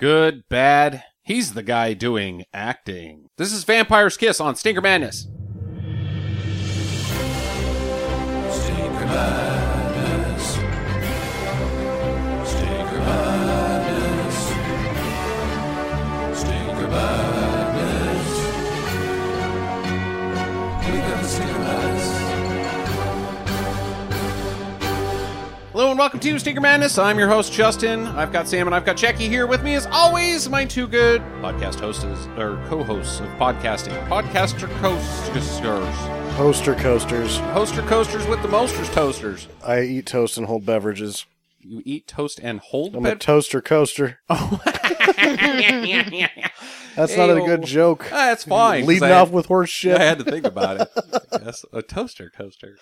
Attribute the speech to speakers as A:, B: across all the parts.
A: Good, bad. He's the guy doing acting. This is Vampire's Kiss on Stinker Madness.
B: Stinker Madness. Stinker Madness. Stinker Madness. We got the Stinker Madness.
A: Hello and welcome to Stinker Madness. I'm your host, Justin. I've got Sam and I've got Jackie here with me as always, my two good podcast hosts or co-hosts of podcasting. Podcaster coasters.
C: Poster coasters.
A: Hoster coasters with the mosters toasters.
C: I eat toast and hold beverages.
A: You eat toast and hold
C: I'm a
A: bed-
C: toaster coaster. That's not a
A: Ayo.
C: good joke.
A: Ah, that's fine. 'cause
C: Leading
A: I-
C: off with horse shit.
A: I had to think about it. That's a toaster coaster.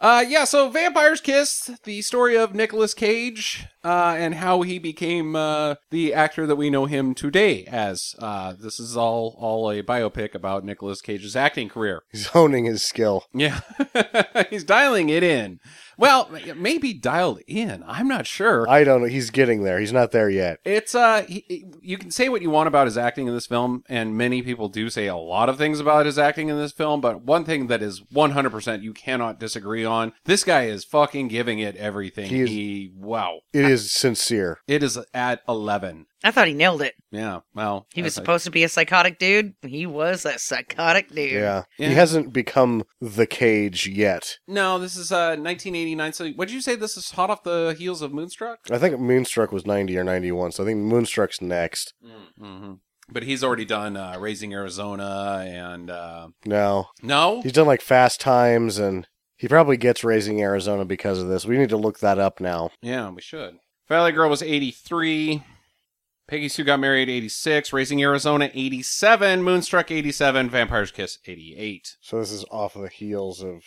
A: Uh, yeah, so Vampire's Kiss, the story of Nicolas Cage uh, and how he became uh, the actor that we know him today as. Uh, this is all all a biopic about Nicolas Cage's acting career.
C: He's honing his skill.
A: Yeah, he's dialing it in. Well, maybe dialed in. I'm not sure.
C: I don't know. He's getting there. He's not there yet.
A: It's uh, he, he- you can say what you want about his acting in this film, and many people do say a lot of things about his acting in this film. But one thing that is 100% you cannot disagree on: this guy is fucking giving it everything.
C: He is-
A: he wow,
C: It is sincere.
A: it is at 11.
D: I thought he nailed it.
A: Yeah, well,
D: He was
A: that's-
D: supposed to be a psychotic dude. He was a psychotic dude.
C: Yeah.
A: Yeah.
C: He hasn't become the cage yet.
A: no, this is uh 1989. So, what did you say? This is hot off the heels of Moonstruck.
C: I think Moonstruck was 90 or 91, so I think Moonstruck's next.
A: Mm-hmm. But he's already done uh, Raising Arizona and uh,
C: No.
A: no,
C: He's done like Fast Times and he probably gets Raising Arizona because of this. We need to look that up now.
A: Yeah, we should. Valley Girl was 83. Peggy Sue got married 86. Raising Arizona 87. Moonstruck 87. Vampire's Kiss 88.
C: So this is off of the heels of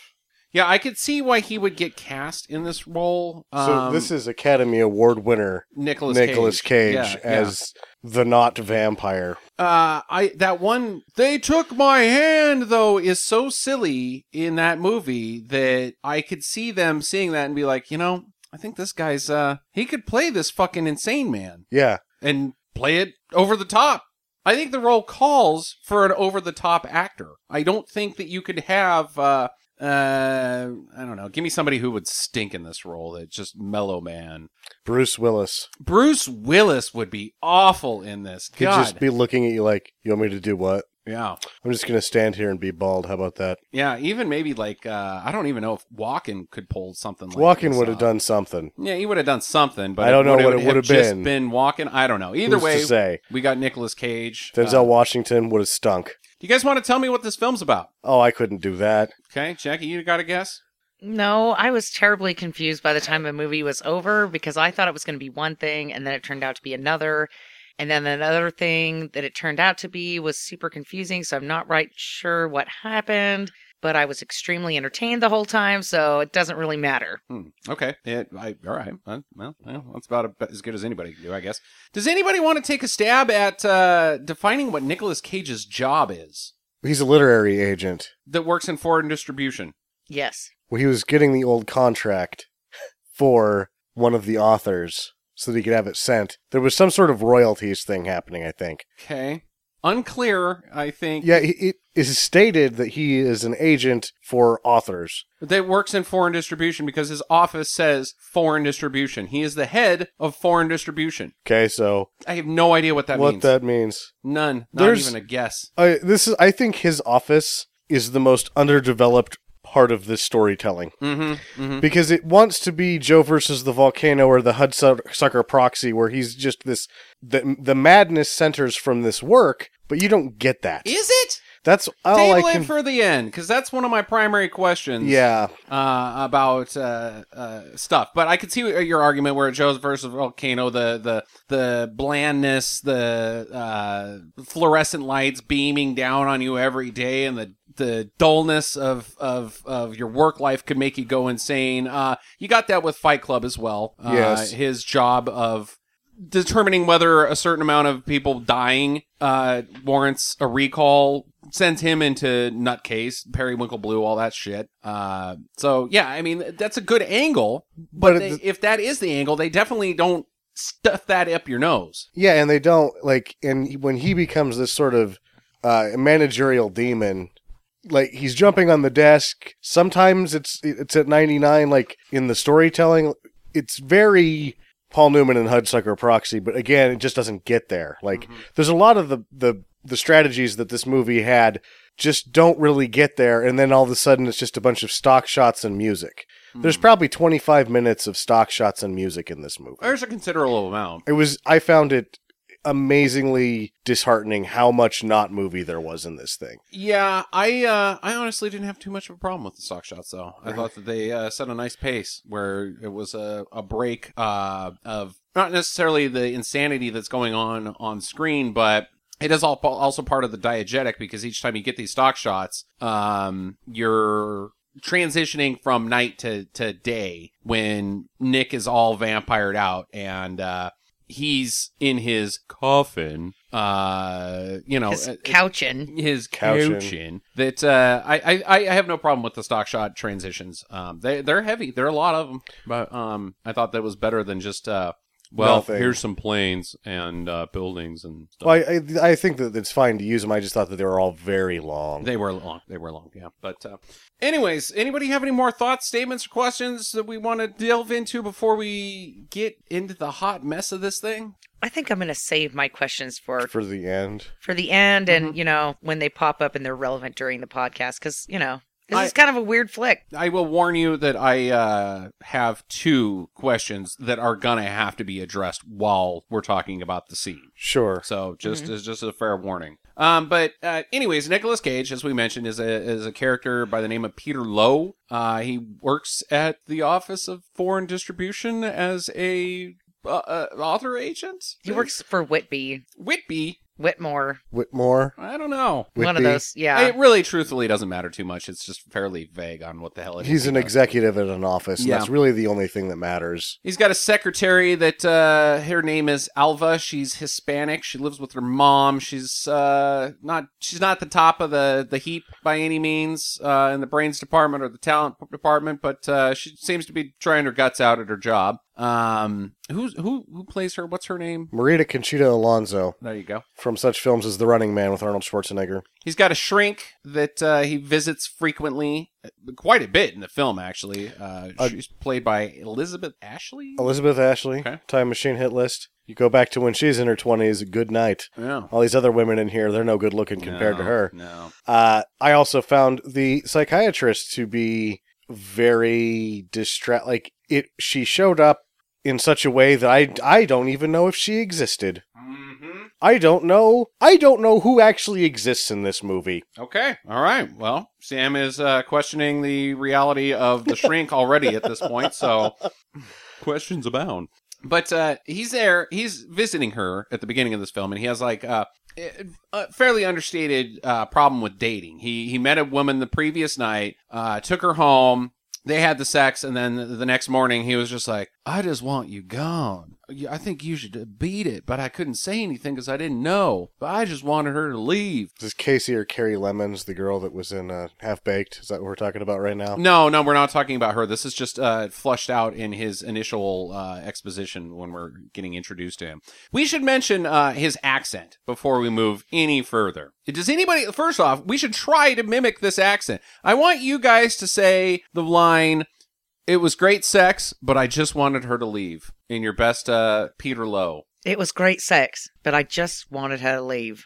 A: Yeah, I could see why he would get cast in this role.
C: So this is Academy Award winner
A: Nicholas
C: Nicolas Cage,
A: Yeah, yeah.
C: as the not vampire.
A: Uh, I that one they took my hand though is so silly in that movie that I could see them seeing that and be like, you know, I think this guy's uh he could play this fucking insane man.
C: Yeah,
A: and play it over the top. I think the role calls for an over the top actor. I don't think that you could have uh uh I don't know, give me somebody who would stink in this role that just mellow man.
C: Bruce Willis
A: Bruce Willis would be awful in this.
C: could
A: God.
C: just be looking at you like, "You want me to do what?
A: yeah.
C: I'm just gonna stand here and be bald. How about that?"
A: Yeah, even maybe like uh I don't even know if Walken could pull something like uh,
C: Walken
A: this
C: would have
A: off.
C: done something.
A: Yeah, he would have done something, but
C: I don't know
A: would
C: what it
A: have
C: would have
A: just
C: been.
A: been Walken. I don't know. Either
C: Who's
A: way,
C: to say
A: we got Nicolas Cage. Uh,
C: Denzel Washington would have stunk.
A: do you guys want to tell me what this film's about?
C: Oh, I couldn't do that.
A: Okay, Jackie, you got a guess?
D: No, I was terribly confused by the time the movie was over because I thought it was going to be one thing and then it turned out to be another. And then another thing that it turned out to be was super confusing. So I'm not right sure what happened, but I was extremely entertained the whole time. So it doesn't really matter.
A: Hmm. Okay. It, I, all right. Uh, well, well, that's about ab- as good as anybody can do, I guess. Does anybody want to take a stab at uh, defining what Nicolas Cage's job is
C: He's a literary agent.
A: that works in foreign distribution?
D: Yes.
C: Well, he was getting the old contract for one of the authors so that he could have it sent. There was some sort of royalties thing happening, I think.
A: Okay. Unclear, I think.
C: Yeah, he- it is stated that he is an agent for authors.
A: That works in foreign distribution because his office says foreign distribution. He is the head of foreign distribution.
C: Okay, so
A: I have no idea what that
C: what
A: means.
C: that means?
A: None. Not
C: There's-
A: even a guess.
C: I this is. I think his office is the most underdeveloped part of this storytelling
A: Mm-hmm. Mm-hmm.
C: because it wants to be Joe versus the volcano or the Hudsucker Proxy, where he's just this. The the madness centers from this work, but you don't get that.
A: Is it?
C: That's all
A: Table
C: I
A: it
C: can.
A: for the end because that's one of my primary questions.
C: yeah,
A: uh, about uh, uh, stuff. But I could see uh, your argument where Joe's versus Volcano, the the the blandness, the uh, fluorescent lights beaming down on you every day, and the the dullness of of of your work life could make you go insane. Uh, you got that with Fight Club as well. Uh,
C: Yes.
A: his job of determining whether a certain amount of people dying uh, warrants a recall sends him into nutcase periwinkle blue all that shit uh, so yeah i mean that's a good angle but,
C: But
A: they-
C: it-
A: if that is the angle they definitely don't stuff that up your nose.
C: Yeah, and they don't like, and when he becomes this sort of uh, managerial demon, like he's jumping on the desk. Sometimes it's it's at ninety nine, like in the storytelling, it's very Paul Newman and Hudsucker Proxy, but again, it just doesn't get there. Like there's a lot of the the the strategies that this movie had just don't really get there, and then all of a sudden it's just a bunch of stock shots and music. There's probably 25 minutes of stock shots and music in this movie
A: There's a considerable amount.
C: it was i found it amazingly disheartening how much not movie there was in this thing
A: Yeah, I uh, I honestly didn't have too much of a problem with the stock shots though. I thought that they uh, set a nice pace where it was a, a break uh, of not necessarily the insanity that's going on on screen, but it is all also part of the diegetic because each time you get these stock shots, um, you're transitioning from night to, to day when Nick is all vampired out and uh, he's in his coffin. Uh, you know,
D: His
A: uh,
D: couching.
A: his
C: Couching.
A: couching, that uh, I, I I have no problem with the stock shot transitions. Um, they they're heavy. There are a lot of them, but um, I thought that was better than just uh, well,
C: Nothing.
A: here's some planes and uh, buildings and stuff.
C: well, I, I i think that it's fine to use them i just thought that they were all very long
A: they were long. They were long. Yeah. But uh, anyways, anybody have any more thoughts, statements, or questions that we want to delve into before we get into the hot mess of this thing?
D: I think I'm going to save my questions for
C: for the end
D: for the end,
A: Mm-hmm.
D: and you know when they pop up and they're relevant during the podcast because you know this
A: I-
D: is kind of a weird flick.
A: I will warn you that I uh, have two questions that are gonna have to be addressed while we're talking about the scene.
C: sure
A: So just as just a fair warning. Um, but uh, anyways, Nicolas Cage, as we mentioned, is a is a character by the name of Peter Lowe. Uh, he works at the Office of Foreign Distribution as a uh, uh, author agent.
D: He works for Whitby,
A: Whitby.
D: Whitmore,
C: whitmore
A: I don't know.
D: one of
C: Whitby.
D: those. Yeah,
A: It really, truthfully, doesn't matter too much. It's just fairly vague on what the hell it is.
C: he's an
A: he does.
C: executive at an office and
A: Yeah.
C: that's really the only thing that matters
A: He's got a secretary that uh, her name is Alva. She's Hispanic. She lives with her mom. She's uh, not she's not the top of the, the heap by any means uh, in the brains department or the talent department, but uh, she seems to be trying her guts out at her job. Um, who's who who plays her? What's her name?
C: marita conchita alonso
A: There you go.
C: from such films as the running man with arnold schwarzenegger
A: He's got a shrink that uh, he visits frequently, quite a bit in the film actually. Uh,
C: Uh,
A: she's played by Elizabeth Ashley.
C: elizabeth ashley
A: Okay.
C: time machine hit list you go back to when she's in her 20s good night
A: Yeah.
C: all these other women in here they're no good looking compared to
A: No,
C: her
A: no.
C: Uh, I also found the psychiatrist to be very distraught. Like it, she showed up in such a way that I I don't even know if she existed.
A: Mm-hmm.
C: I don't know. I don't know who actually exists in this movie.
A: Okay. All right. Well, Sam is uh, questioning the reality of the shrink already at this point, so questions abound. But uh, he's there. He's visiting her at the beginning of this film, and he has like uh, a fairly understated uh, problem with dating. He he met a woman the previous night, uh, took her home. They had the sex, and then the next morning he was just like, "I just want you gone. You- I think you should beat it, but I couldn't say anything because I didn't know. But I just wanted her to leave."
C: Is this Casey or Carrie Lemons, the girl that was in uh, Half Baked? Is that what we're talking about right now?
A: No, no, we're not talking about her. This is just uh, flushed out in his initial uh, exposition when we're getting introduced to him. We should mention uh, his accent before we move any further. Does anybody, first off, we should try to mimic this accent. I want you guys to say the line, It was great sex, but I just wanted her to leave, in your best uh, Peter Lowe.
D: it was great sex, but I just wanted her to leave.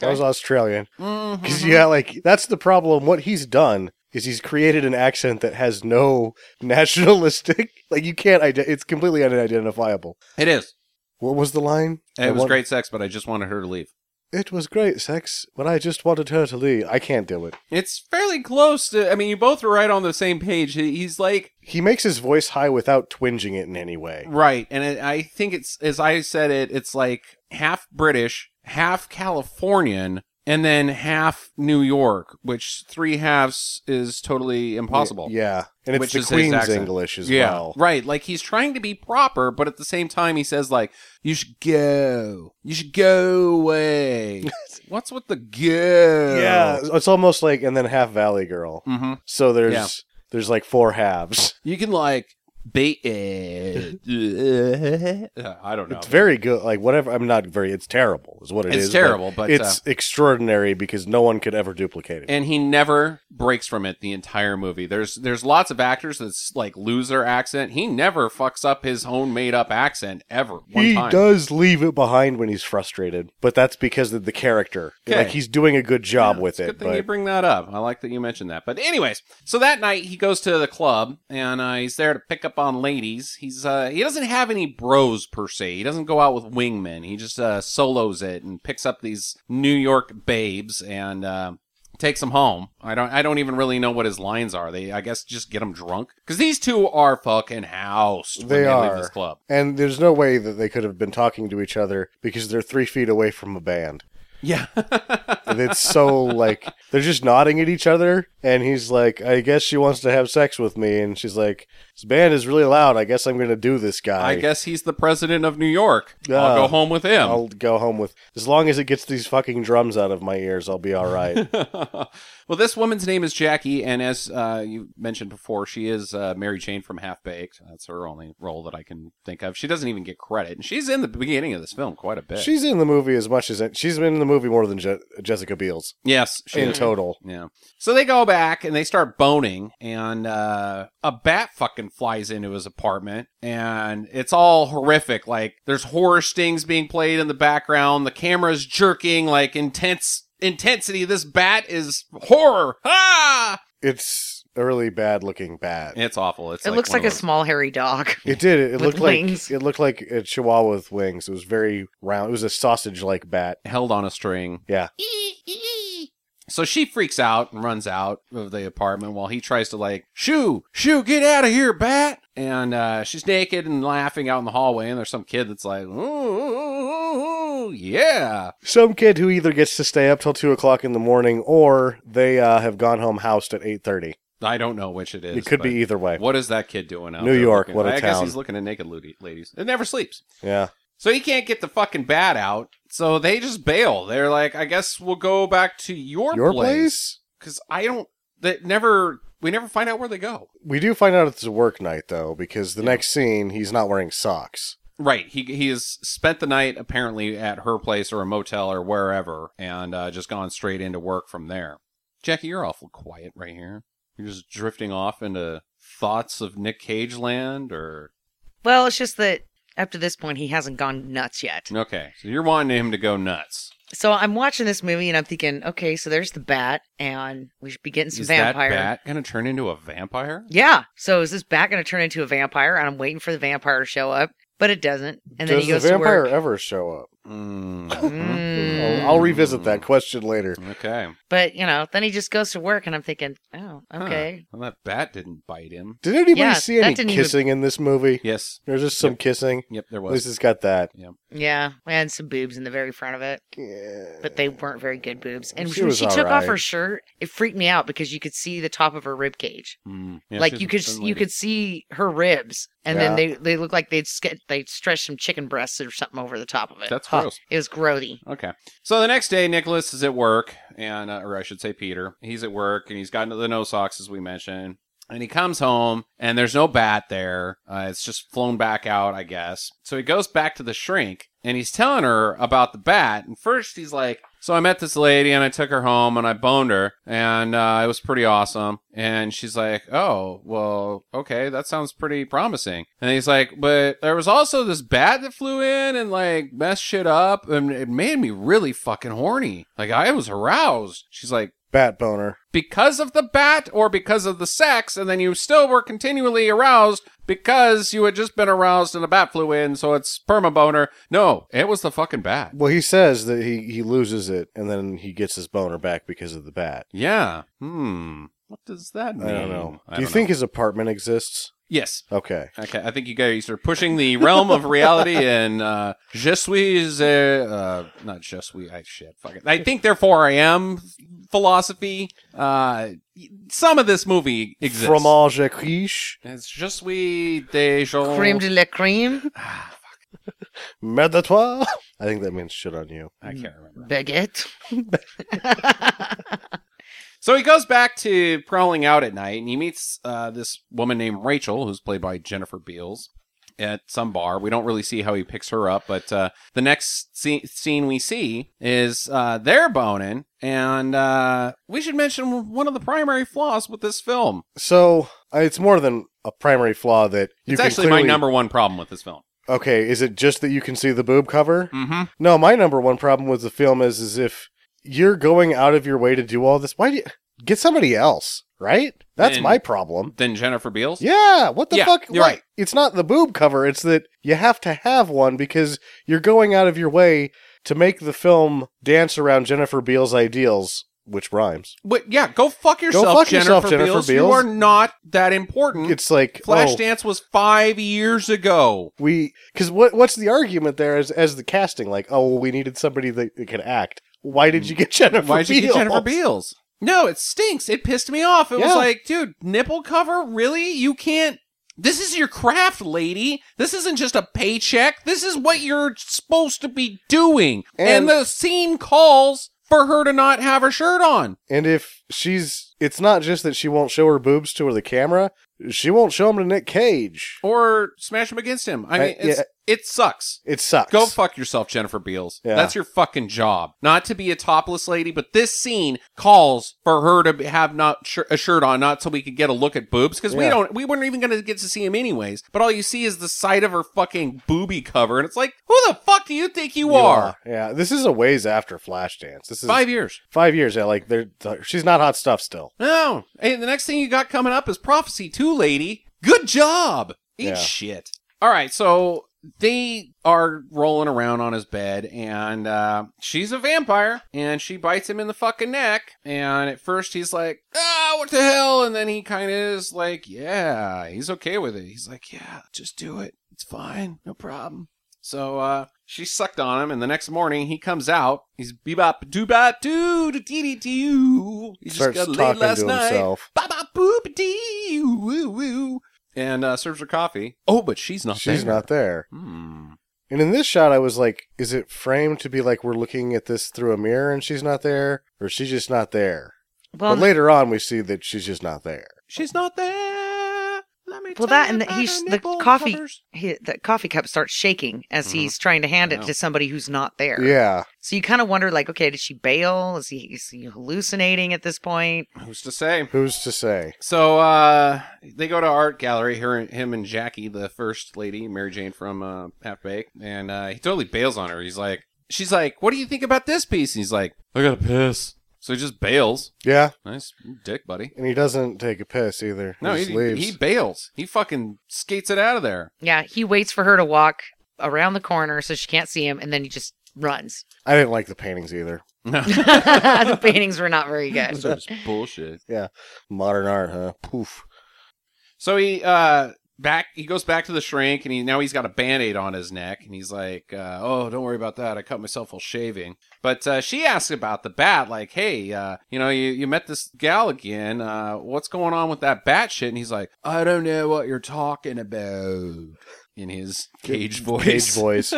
C: That was Australian.
A: Mhm.
C: Because yeah, like that's the problem. What he's done is he's created an accent that has no nationalistic. Like you can't. Ide- it's completely unidentifiable.
A: It is.
C: What was the line? I
A: It was
C: want-
A: great sex, but I just wanted her to leave.
C: It was great sex, but I just wanted her to leave. I can't do it.
A: It's fairly close to, I mean, you both are right on the same page. He- He's like,
C: He makes his voice high without twinging it in any way.
A: Right. And it, I think it's, as I said it, it's like half British, half Californian, and then half New York, which three halves is totally impossible.
C: Yeah, and it's
A: Which
C: the
A: is his
C: Queen's
A: accent.
C: English as
A: Yeah,
C: well.
A: right. Like he's trying to be proper, but at the same time, he says like, "You should go. You should go away." What's with the go?
C: Yeah, it's almost like and then half Valley Girl.
A: Mm-hmm.
C: So there's
A: Yeah.
C: there's like four halves.
A: You can like Ba- uh, I don't know.
C: It's very good. Like whatever. I'm not very. It's terrible. Is what it
A: It's
C: is,
A: terrible, but, uh,
C: it's extraordinary because no one could ever duplicate it.
A: and he never breaks from it the entire movie. There's there's lots of actors that's like lose their accent. He never fucks up his own made up accent ever. One
C: he
A: time.
C: does leave it behind when he's frustrated, but that's because of the character.
A: Okay.
C: Like he's doing a good job
A: It's
C: with
A: a
C: it.
A: Good thing
C: but-
A: you bring that up. I like that you mentioned that. But anyways, so that night he goes to the club and uh, he's there to pick up on ladies. He's uh, he doesn't have any bros per se. He doesn't go out with wingmen. He just uh, solos it and picks up these New York babes and. Uh, Takes them home. I don't. I don't even really know what his lines are. They, I guess, just get them drunk because these two are fucking housed. when
C: They
A: leave this
C: are.
A: club.
C: and there's no way that they could have been talking to each other because they're three feet away from a band.
A: Yeah.
C: And it's so like they're just nodding at each other. And he's like, I guess she wants to have sex with me. And she's like, This band is really loud. I guess I'm going to do this guy.
A: I guess he's the president of New York.
C: Yeah.
A: I'll go home with him.
C: I'll go home with as long as it gets these fucking drums out of my ears, I'll be all right.
A: well, this woman's name is Jackie, and as uh, you mentioned before, she is uh, Mary Jane from Half Baked. That's her only role that I can think of. She doesn't even get credit, and she's in the beginning of this film quite a bit.
C: she's in the movie as much as she's been in the movie more than Je- Jessica Biel's
A: yes, she
C: in
A: is.
C: total.
A: Yeah. So they go back and they start boning, and uh, a bat fucking flies into his apartment, and it's all horrific. Like there's horror stings being played in the background. The camera's jerking like intense intensity. This bat is horror. Ah!
C: It's a really bad looking bat.
A: It's awful. It's
D: it looks
A: one
D: like
A: of
D: a
A: those-
D: small hairy dog.
C: It did. It, it
D: With
C: looked like
D: wings.
C: it looked like a chihuahua with wings. It was very round. It was a sausage like bat.
A: held on a string.
C: Yeah.
A: So she freaks out and runs out of the apartment while he tries to like, shoo, shoo, get out of here, bat. And uh, she's naked and laughing out in the hallway, and there's some kid that's like, ooh, ooh, ooh, ooh, yeah.
C: Some kid who either gets to stay up till two o'clock in the morning or they uh, have gone home housed at eight thirty.
A: I don't know which it is.
C: It could be
A: but
C: either way.
A: What is that kid doing out
C: New
A: there
C: York,
A: looking-
C: what a
A: I guess
C: town.
A: he's looking at naked ludi- ladies. It never sleeps.
C: Yeah.
A: So he can't get the fucking bat out. So they just bail. They're like, I guess we'll go back to your,
C: Your
A: place.
C: place?
A: Because I don't. That never. We never find out where they go.
C: We do find out it's a work night though, because the next scene he's not wearing socks.
A: Right. He he has spent the night apparently at her place or a motel or wherever, and uh, just gone straight into work from there. Jackie, you're awful quiet right here. You're just drifting off into thoughts of Nick Cage land, or
D: Well, it's just that up to this point, he hasn't gone nuts yet.
A: okay. So you're wanting him to go nuts.
D: So I'm watching this movie and I'm thinking, okay, so there's the bat, and we should be getting some
A: Is
D: vampire.
A: that bat gonna turn into a vampire?
D: Yeah. So is this bat going to turn into a vampire? And I'm waiting for the vampire to show up, but it doesn't. And then
C: Does
D: he goes
C: the vampire
D: to work.
C: ever show up?
A: Mm.
D: Mm.
C: I'll, I'll revisit that question later.
A: okay.
D: But you know, then he just goes to work, and I'm thinking, oh,
A: Huh.
D: okay.
A: Well, that bat didn't bite him.
C: Did anybody
D: Yeah,
C: see
D: that
C: any
D: didn't even-
C: kissing in this movie?
A: Yes.
C: There's just some kissing.
A: Yep. There
C: At least
A: was.
C: it's got that.
D: Yeah, and some boobs in the very front of it, but they weren't very good boobs. And
C: She
D: when
C: was
D: she
C: all
D: took off
C: right.
D: her shirt, it freaked me out because you could see the top of her rib cage.
A: Mm. Yeah,
D: like
A: she's
D: you
A: a
D: could
A: thin
D: you
A: lady.
D: could see her ribs, and
C: Yeah.
D: then they they looked like they'd sk- they'd stretched some chicken breasts or something over the top of it.
A: That's
D: Huh.
A: gross.
D: It was grody.
A: Okay. So the next day, Nicholas is at work, and uh, or I should say Peter, he's at work, and he's gotten to the no socks as we mentioned, and he comes home, and there's no bat there. Uh, it's just flown back out, I guess. So he goes back to the shrink, and he's telling her about the bat. And first, he's like, "So I met this lady, and I took her home, and I boned her, and uh, it was pretty awesome." And she's like, "Oh, well, okay, that sounds pretty promising." And he's like, "But there was also this bat that flew in and like messed shit up, and it made me really fucking horny. Like I was aroused." She's like,
C: Bat boner.
A: "Because of the bat or because of the sex?" And then you still were continually aroused because you had just been aroused and a bat flew in, so it's perma boner. No, it was the fucking bat.
C: Well, he says that he, he loses it and then he gets his boner back because of the bat.
A: Yeah. Hmm. What does that mean?
C: I don't know.
A: Mm, I
C: Do you
A: don't
C: think
A: know.
C: his apartment exists?
A: Yes.
C: Okay.
A: Okay, I think you guys are pushing the realm of reality and uh, je suis, uh, uh, not je suis, I shit, fuck it. I think therefore I am philosophy. Uh, some of this movie exists.
C: Fromage à quiche,
A: it's je suis des gens.
D: Creme de la creme,
C: merde à toi. Mm-hmm. I think that means shit on you.
A: I can't remember.
D: baguette.
A: So he goes back to prowling out at night, and he meets uh, this woman named Rachel, who's played by Jennifer Beals, at some bar. We don't really see how he picks her up, but uh, the next sce- scene we see is uh, they're boning, and uh, we should mention one of the primary flaws with this film.
C: So uh, it's more than a primary flaw that you
A: It's
C: can
A: actually
C: clearly,
A: my number one problem with this film.
C: Okay, is it just that you can see the boob cover?
A: Mm-hmm.
C: No, my number one problem with the film is is if you're going out of your way to do all this, why do you get somebody else? Right? That's
A: And-
C: my problem.
A: Then Jennifer Beals.
C: Yeah, what the
A: Yeah,
C: fuck?
A: you're
C: why-
A: right.
C: It's not the boob cover, it's that you have to have one because you're going out of your way to make the film dance around Jennifer Beals' ideals, which rhymes.
A: But yeah, go fuck yourself,
C: fuck
A: Jennifer,
C: yourself, Jennifer
A: Beals. You
C: Beals.
A: are not that important.
C: It's like oh,
A: Flashdance was five years ago.
C: we because what what's the argument there as as the casting like oh well, we needed somebody that, that could act why did you get jennifer
A: Why'd Mm. you get
C: Beals?
A: Jennifer Beals? No, it stinks. It pissed me off. It
C: Yeah.
A: was like, dude, nipple cover? Really? You can't. This is your craft, lady. This isn't just a paycheck. This is what you're supposed to be doing.
C: And-
A: And, the scene calls for her to not have her shirt on.
C: and if she's it's not just that she won't show her boobs to the camera she won't show them to nick cage
A: Or smash him against him. I
C: I-
A: mean, it's,
C: yeah.
A: it sucks.
C: it sucks
A: Go fuck yourself, Jennifer Beals.
C: Yeah.
A: That's your fucking job. Not to be a topless lady, but this scene calls for her to be- have not shir- a shirt on, not so we could get a look at boobs because we
C: Yeah.
A: don't, we weren't even going to get to see him anyways. But all you see is the side of her fucking booby cover, and it's like, who the fuck do you think you,
C: You
A: are?
C: yeah this is a ways after flashdance this is
A: Five years.
C: five years yeah like they're she's not hot stuff still
A: No. Hey, the next thing you got coming up is Prophecy 2, lady. Good job. Eat
C: Yeah.
A: shit. All right, so they are rolling around on his bed, and uh, she's a vampire, and she bites him in the fucking neck. And at first, he's like, ah, what the hell? And then he kind of is like, yeah, he's okay with it. He's like, yeah, just do it. It's fine. No problem. So uh, she sucked on him, and the next morning he comes out. He's bebop doo bop doo doo dee dee doo. He just
C: starts
A: got laid
C: talking
A: last
C: to
A: night.
C: himself
A: Ba ba boop dee woo woo. And uh, serves her coffee. Oh, but she's not
C: she's
A: there.
C: not there
A: Hmm.
C: and in this shot i was like is it framed to be like we're looking at this through a mirror and she's not there or she's just not there
D: Well,
C: but later on, we see that she's just not there.
A: She's not there. Let me tell
D: Well, that
A: you
D: and the-
A: about
D: he's-
A: her
D: the
A: nipple
D: coffee-
A: covers.
D: he, the coffee cup starts shaking as
A: Mhm.
D: he's trying to hand it
A: Wow.
D: to somebody who's not there.
C: Yeah,
D: So you kind of wonder, like, okay, did she bail? Is he, is he hallucinating at this point?
A: Who's to say?
C: who's to say?
A: So uh, they go to art gallery. Her, him, and Jackie, the first lady, Mary Jane from uh, Half Baked, and uh, he totally bails on her. He's like, she's like, "What do you think about this piece?" And he's like, "I gotta piss." So he just bails.
C: Yeah,
A: Nice dick, buddy.
C: and he doesn't take a piss either.
A: No, he,
C: he, just leaves.
A: he bails. He fucking skates it out of there.
D: Yeah, he waits for her to walk around the corner so she can't see him, and then he just runs.
C: I didn't like the paintings either.
D: the paintings were not very good.
A: Those are just bullshit.
C: Modern art, huh? Poof.
A: So he uh back he goes back to the shrink and he now he's got a band-aid on his neck and he's like, uh, oh, don't worry about that. I cut myself while shaving. But uh, she asks about the bat, like, hey, uh, you know, you, you met this gal again. Uh, what's going on with that bat shit? And he's like, I don't know what you're talking about in his cage voice.
C: Cage voice.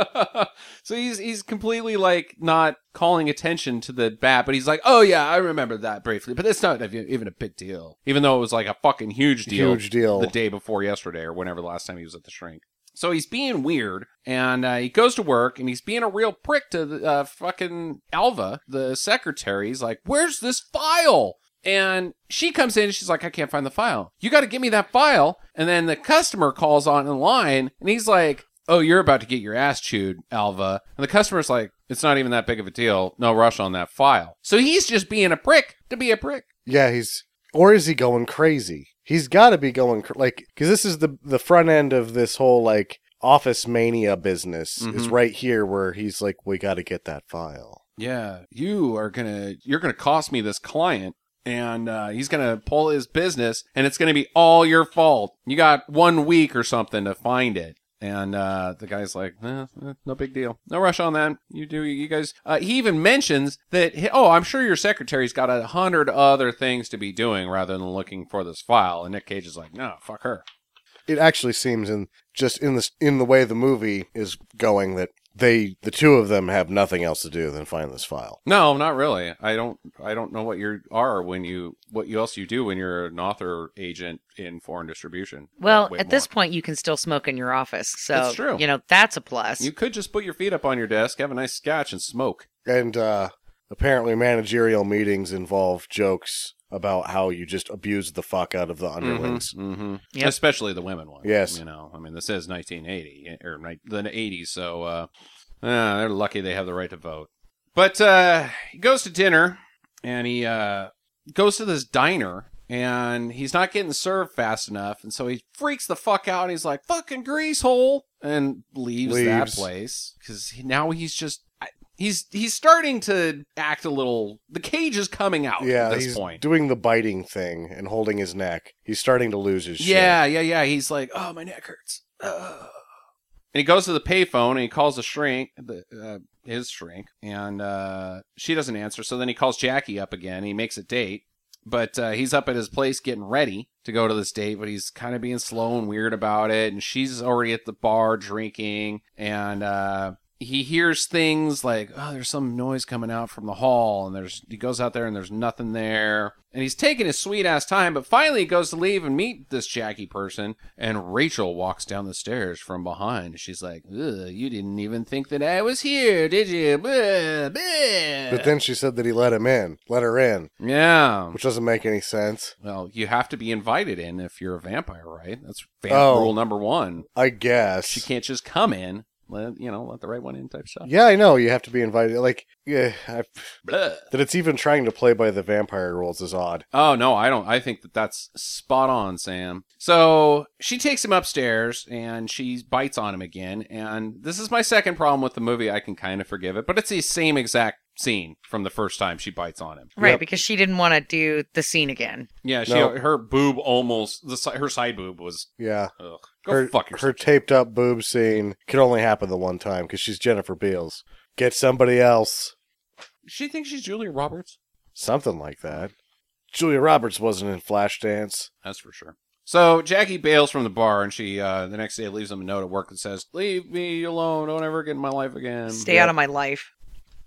A: so he's he's completely like not calling attention to the bat, but he's like, oh yeah, I remember that briefly, but it's not even a big deal, even though it was like a fucking huge deal
C: Huge deal.
A: the day before yesterday or whenever the last time he was at the shrink. So he's being weird, and uh, he goes to work, and he's being a real prick to the, uh, fucking Alva, the secretary. He's like, "Where's this file?" And she comes in, and she's like, "I can't find the file. You got to give me that file." And then the customer calls on in line, and he's like, "Oh, you're about to get your ass chewed, Alva." And the customer's like, "It's not even that big of a deal. No rush on that file." So he's just being a prick to be a prick.
C: yeah, he's or is he going crazy? He's got to be going cr- like because this is the the front end of this whole like office mania business is
A: Mhm.
C: right here where he's like, we got to get that file.
A: yeah you are gonna you're gonna cost me this client and uh, he's gonna pull his business and it's gonna be all your fault you got one week or something to find it and uh, the guy's like eh, eh, no big deal no rush on that you do you guys uh, he even mentions that he- oh i'm sure your secretary's got a hundred other things to be doing rather than looking for this file and nick cage is like no fuck her
C: It actually seems in just in this in the way the movie is going that they the two of them have nothing else to do than find this file.
A: No, not really. I don't. I don't know what you are when you what you else you do when you're an author agent in foreign distribution.
D: Well,
A: Way
D: at this
A: more.
D: point, you can still smoke in your office. So,
A: That's true.
D: you know, that's a plus.
A: you could just put your feet up on your desk, have a nice scotch, and smoke.
C: And uh apparently managerial meetings involve jokes about how you just abused the fuck out of the underlings.
A: hmm
D: Yep.
A: Especially the women one.
C: Yes.
A: You know, I mean, this is 1980 or ni- the 80s, so uh, uh, they're lucky they have the right to vote. But uh, he goes to dinner and he uh, goes to this diner and he's not getting served fast enough. And so he freaks the fuck out and he's like, fucking greasehole, and leaves, that
C: Leaves.
A: place because he, now he's just. I- He's he's starting to act a little. The cage is coming out
C: Yeah,
A: at this
C: he's
A: point.
C: doing the biting thing and holding his neck. He's starting to lose his shit.
A: Yeah, yeah, yeah. He's like, oh, my neck hurts. Ugh." And he goes to the payphone and he calls the shrink, the, uh, his shrink, and uh, she doesn't answer. So then he calls Jackie up again. He makes a date, but uh, he's up at his place getting ready to go to this date, but he's kind of being slow and weird about it. And she's already at the bar drinking, and uh, he hears things like oh there's some noise coming out from the hall and there's he goes out there and there's nothing there and he's taking his sweet ass time but finally he goes to leave and meet this jackie person and rachel walks down the stairs from behind she's like Ugh, you didn't even think that i was here did you Blah, blah."
C: But then she said that he let him in, let her in,
A: yeah
C: which doesn't make any sense.
A: well you have to be invited in if you're a vampire right that's vamp
C: Oh.
A: rule number one
C: I guess.
A: she can't just come in let you know let the right one in type stuff
C: Yeah, I know. You have to be invited. Like, yeah, I,
A: Blah.
C: that it's even trying to play by the vampire rules is odd.
A: Oh no, I don't. I think that that's spot on, Sam. So she takes him upstairs and she bites on him again. And this is my second problem with the movie. I can kind of forgive it, but it's the same exact scene from the first time she bites on him.
D: right.
C: Yep.
D: Because she didn't want to do the scene again.
A: Yeah, she
C: No.
A: her boob almost the si- her side boob was
C: Yeah.
A: ugh, go
C: her,
A: fuck yourself.
C: her taped up boob scene could only happen the one time because she's Jennifer Beals. Get somebody else.
A: she thinks she's Julia Roberts.
C: Something like that. Julia Roberts wasn't in Flashdance.
A: That's for sure. So Jackie bails from the bar, and she uh, the next day leaves him a note at work that says, "Leave me alone. Don't ever get in my life again.
D: Stay out of my life.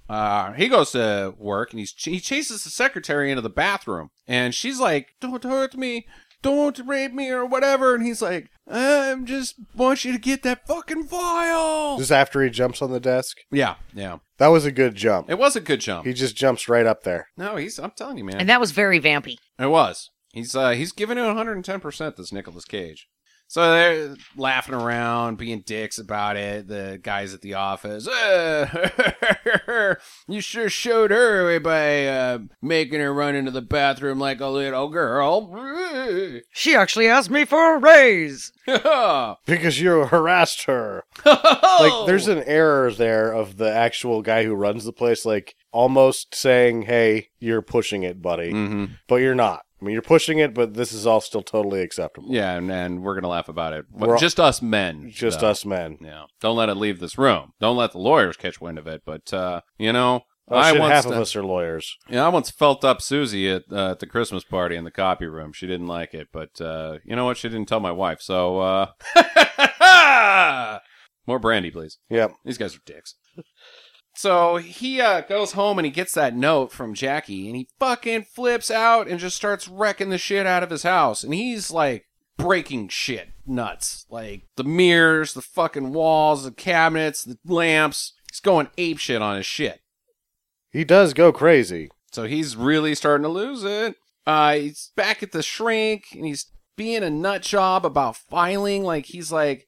A: Uh, he goes to work and he's he chases the secretary into the bathroom, and she's like, "Don't hurt me, don't rape me, or whatever." And he's like, "I'm just want you to get that fucking file."
C: This is after he jumps on the desk.
A: Yeah, yeah,
C: That was a good jump.
A: it was a good jump.
C: He just jumps right up there.
A: No, he's I'm telling you, man,
D: And that was very vampy.
A: it was. He's uh he's giving it 110 percent. This Nicolas Cage. So they're laughing around, being dicks about it. The guys at the office, "Uh, you sure showed her away by uh, making her run into the bathroom like a little girl.
D: She actually asked me for a raise.
C: Because you harassed her.
D: Oh.
C: Like, there's an error there of the actual guy who runs the place, like, almost saying, hey, you're pushing it, buddy.
A: hmm
C: But you're not. I mean, you're pushing it, but this is all still totally acceptable.
A: yeah, and, and we're gonna laugh about it. But
C: We're-
A: just us men.
C: Just
A: though.
C: us men.
A: Yeah. Don't let it leave this room. Don't let the lawyers catch wind of it. But uh, you know,
C: Oh,
A: I
C: shit,
A: once
C: half of
A: done-
C: us are lawyers.
A: Yeah, I once felt up Susie at, uh, at the Christmas party in the copy room. She didn't like it, but uh, you know what? She didn't tell my wife. So, uh... more brandy, please.
C: Yep.
A: These guys are dicks. So he uh, goes home and he gets that note from Jackie, and he fucking flips out and just starts wrecking the shit out of his house. And he's like breaking shit nuts, like the mirrors, the fucking walls, the cabinets, the lamps. He's going ape shit on his shit.
C: He does go crazy.
A: So he's really starting to lose it. Uh, he's back at the shrink and he's being a nut job about filing. Like he's like,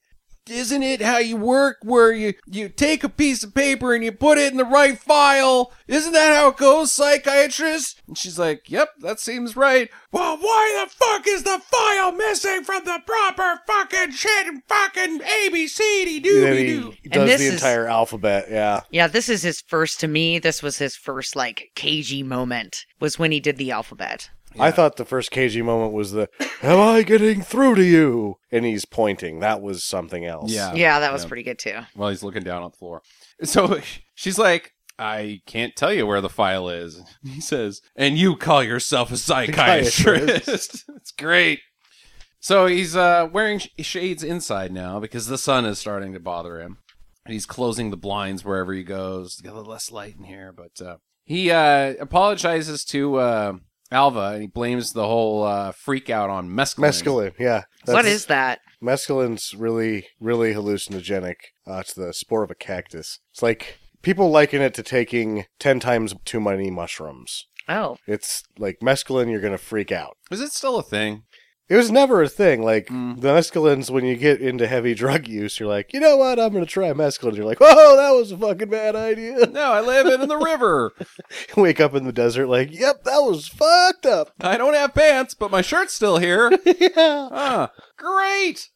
A: isn't it how you work where you, you take a piece of paper and you put it in the right file? Isn't that how it goes, psychiatrist? And she's like, yep, that seems right. Well, why the fuck is the file missing from the proper fucking shit and fucking ABCD
C: Then
A: doobie doo?
C: he does
D: this
C: the
D: is-
C: entire alphabet. Yeah.
D: Yeah, this is his first to me. This was his first like cagey moment was when he did the alphabet.
C: I thought the first KG moment was the "Am I getting through to you?" and he's pointing. That was something else.
A: Yeah.
D: yeah, that was
A: Oh, yeah.
D: pretty good too.
A: while he's looking down on the floor. So she's like, I can't tell you where the file is. He says, and you call yourself a psychiatrist. it's great. So he's uh, wearing sh- shades inside now because the sun is starting to bother him. and he's closing the blinds wherever he goes. Got a little less light in here, but uh, he uh, apologizes to uh, Alva and he blames the whole uh, freak out on mescaline.
C: Mescaline, yeah.
D: what is that?
C: mescaline's really, really hallucinogenic. Uh, it's the spore of a cactus. It's like people liken it to taking ten times too many mushrooms.
D: Oh,
C: It's like mescaline, you're gonna freak out.
A: Is it still a thing?
C: It was never a thing. Like
A: Mm.
C: the mescalines, when you get into heavy drug use, you're like, you know what? I'm gonna try mescaline. You're like, whoa, that was a fucking bad idea.
A: No, I live in the river.
C: Wake up in the desert, like, yep, that was fucked up.
A: I don't have pants, but my shirt's still here.
C: yeah.
A: Ah, great.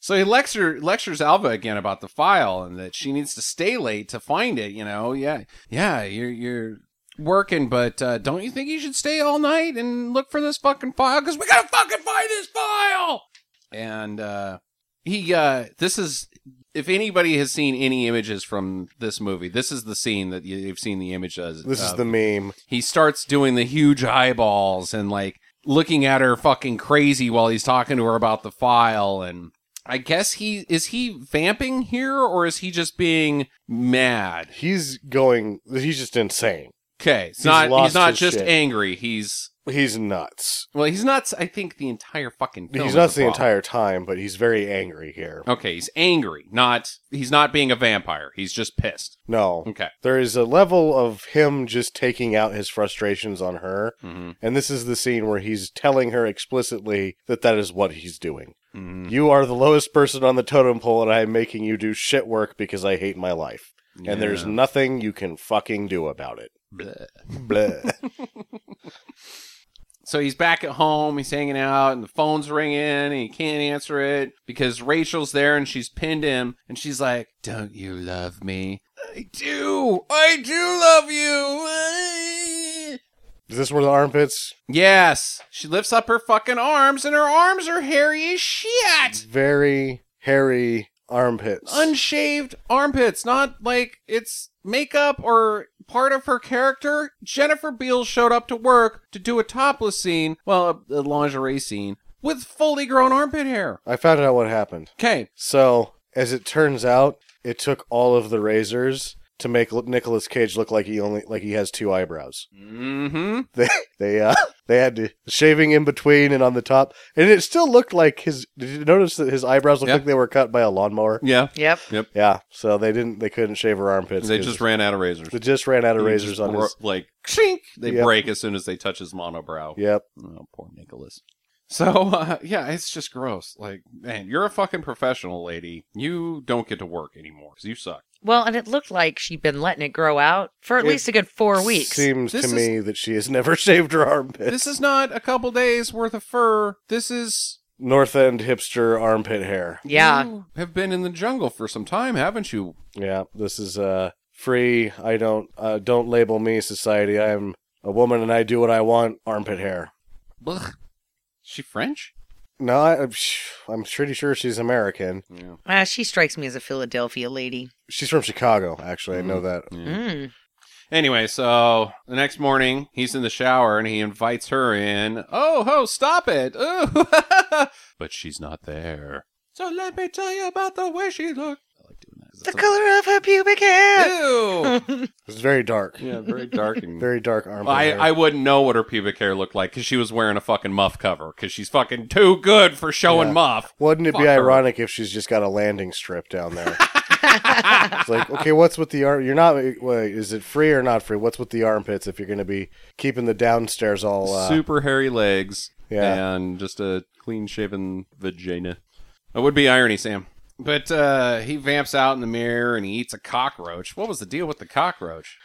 A: So he lecture, lectures Alva again about the file and that she needs to stay late to find it. You know, yeah, yeah, you're you're working, but uh, don't you think you should stay all night and look for this fucking file? Because we gotta fucking find this file. And uh, he, uh, this is if anybody has seen any images from this movie, this is the scene that you- you've seen the images.
C: This is
A: of
C: the meme.
A: he starts doing the huge eyeballs and like looking at her fucking crazy while he's talking to her about the file and I guess he is he vamping here or is he just being mad?
C: He's going. He's just insane.
A: Okay, it's
C: He's
A: not he's
C: lost
A: not
C: his
A: just
C: shit.
A: angry. He's
C: He's nuts.
A: well, he's not. I think the entire fucking. Film
C: he's
A: is
C: nuts the,
A: problem.
C: entire time, but he's very angry here.
A: Okay, he's angry. Not he's not being a vampire. He's just pissed.
C: No.
A: Okay.
C: There is a level of him just taking out his frustrations on her,
A: Mm-hmm.
C: and this is the scene where he's telling her explicitly that that is what he's doing. You are the lowest person on the totem pole, and I am making you do shit work because I hate my life. And there's nothing you can fucking do about it. Bleh.
A: So he's back at home. He's hanging out, and the phone's ringing, and he can't answer it because Rachel's there and she's pinned him. And she's like, Don't you love me? I do. I do love you.
C: is this where the armpits?
A: Yes. She lifts up her fucking arms, and her arms are hairy as shit.
C: Very hairy armpits.
A: Unshaved armpits, not like it's makeup or part of her character. Jennifer Beals showed up to work to do a topless scene, well, a, a lingerie scene, with fully grown armpit hair.
C: I found out what happened.
A: Okay.
C: So, as it turns out, it took all of the razors to make Nicolas Cage look like he only like he has two eyebrows.
A: Mm-hmm.
C: They they uh they had to shaving in between and on the top, and it still looked like his. Did you notice that his eyebrows looked
A: Yeah.
C: like they were cut by a lawnmower?
A: Yeah.
D: yep.
C: Yeah, so they didn't they couldn't shave her armpits.
A: they
C: 'cause
A: just ran out of razors.
C: they just ran out of
A: They
C: razors
A: just
C: on
A: bro-
C: his.
A: like shink. They
C: Yep.
A: break as soon as they touch his monobrow.
C: Yep.
A: Oh, poor Nicholas. So uh, yeah, it's just gross. Like, man, you're a fucking professional, lady. You don't get to work anymore because you suck.
D: Well, and it looked like she'd been letting it grow out for at
C: It
D: least a good four weeks.
C: Seems
A: This
C: to
A: is-
C: me that she has never shaved her armpit.
A: This is not a couple days worth of fur. This is
C: North End hipster armpit hair.
D: yeah.
A: You have been in the jungle for some time, haven't you?
C: Yeah, this is uh free. I don't uh don't label me society. I am a woman and I do what I want. Armpit hair.
A: Blech. She French?
C: No, I, I'm sh- I'm pretty sure she's American.
A: Yeah.
D: Uh, she strikes me as a Philadelphia lady.
C: She's from Chicago, actually. I
A: Mm-hmm.
C: know that.
D: Mm.
A: Anyway, so the next morning he's in the shower and he invites her in. Oh, ho, stop it. Ooh. but she's not there. So let me tell you about the way she looked. I like doing that.
D: The color of her pubic hair.
A: Ew.
C: It's very dark.
A: yeah, very dark. And-
C: Very dark armpit
A: I,
C: hair.
A: I wouldn't know what her pubic hair looked like because she was wearing a fucking muff cover because she's fucking too good for showing
C: Yeah.
A: muff.
C: Wouldn't it
A: Fuck
C: be
A: her.
C: ironic if she's just got a landing strip down there? it's like, okay, what's with the arm? You're not. Wait, is it free or not free? What's with the armpits if you're going to be keeping the downstairs all uh,
A: Super hairy legs
C: Yeah.
A: and just a clean shaven vagina. That would be irony, Sam. But uh, he vamps out in the mirror and he eats a cockroach. What was the deal with the cockroach?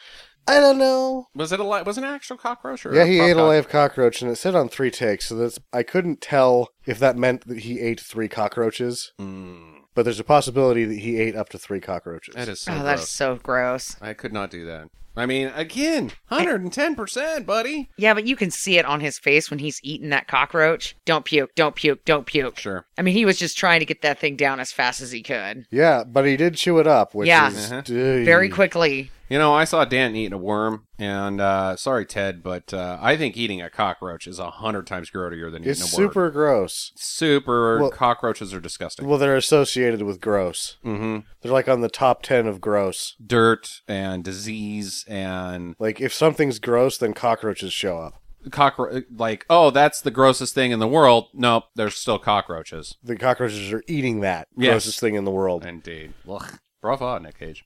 C: I don't know.
A: Was it a li- was it an actual cockroach or
C: Yeah,
A: a
C: he
A: prop
C: ate a
A: cock-
C: live cockroach, and it said on three takes, so that's I couldn't tell if that meant that he ate three cockroaches,
A: Mm,
C: but there's a possibility that he ate up to three cockroaches.
A: that is so
D: Oh, that
A: gross.
D: is so gross.
A: I could not do that. I mean, again, hundred and ten percent, buddy.
D: Yeah, but you can see it on his face when he's eating that cockroach. Don't puke, don't puke, don't puke.
A: Sure.
D: I mean, he was just trying to get that thing down as fast as he could.
C: Yeah, but he did chew it up, which
D: Yeah.
C: is
A: Uh-huh.
C: dude.
D: Very quickly.
A: You know, I saw Dan eating a worm, and uh, sorry, Ted, but uh, I think eating a cockroach is a hundred times grodier than eating
C: It's
A: a worm.
C: super gross.
A: super.
C: Well-
A: cockroaches are disgusting.
C: Well, they're associated with gross.
A: hmm
C: They're like on the top 10 of gross.
A: Dirt and disease and
C: Like, if something's gross, then cockroaches show up.
A: cockroach. Like, oh, that's the grossest thing in the world. Nope, there's still cockroaches.
C: The cockroaches are eating that
A: Yes.
C: grossest thing in the world.
A: Indeed. Ugh. Bravo, Nick Cage.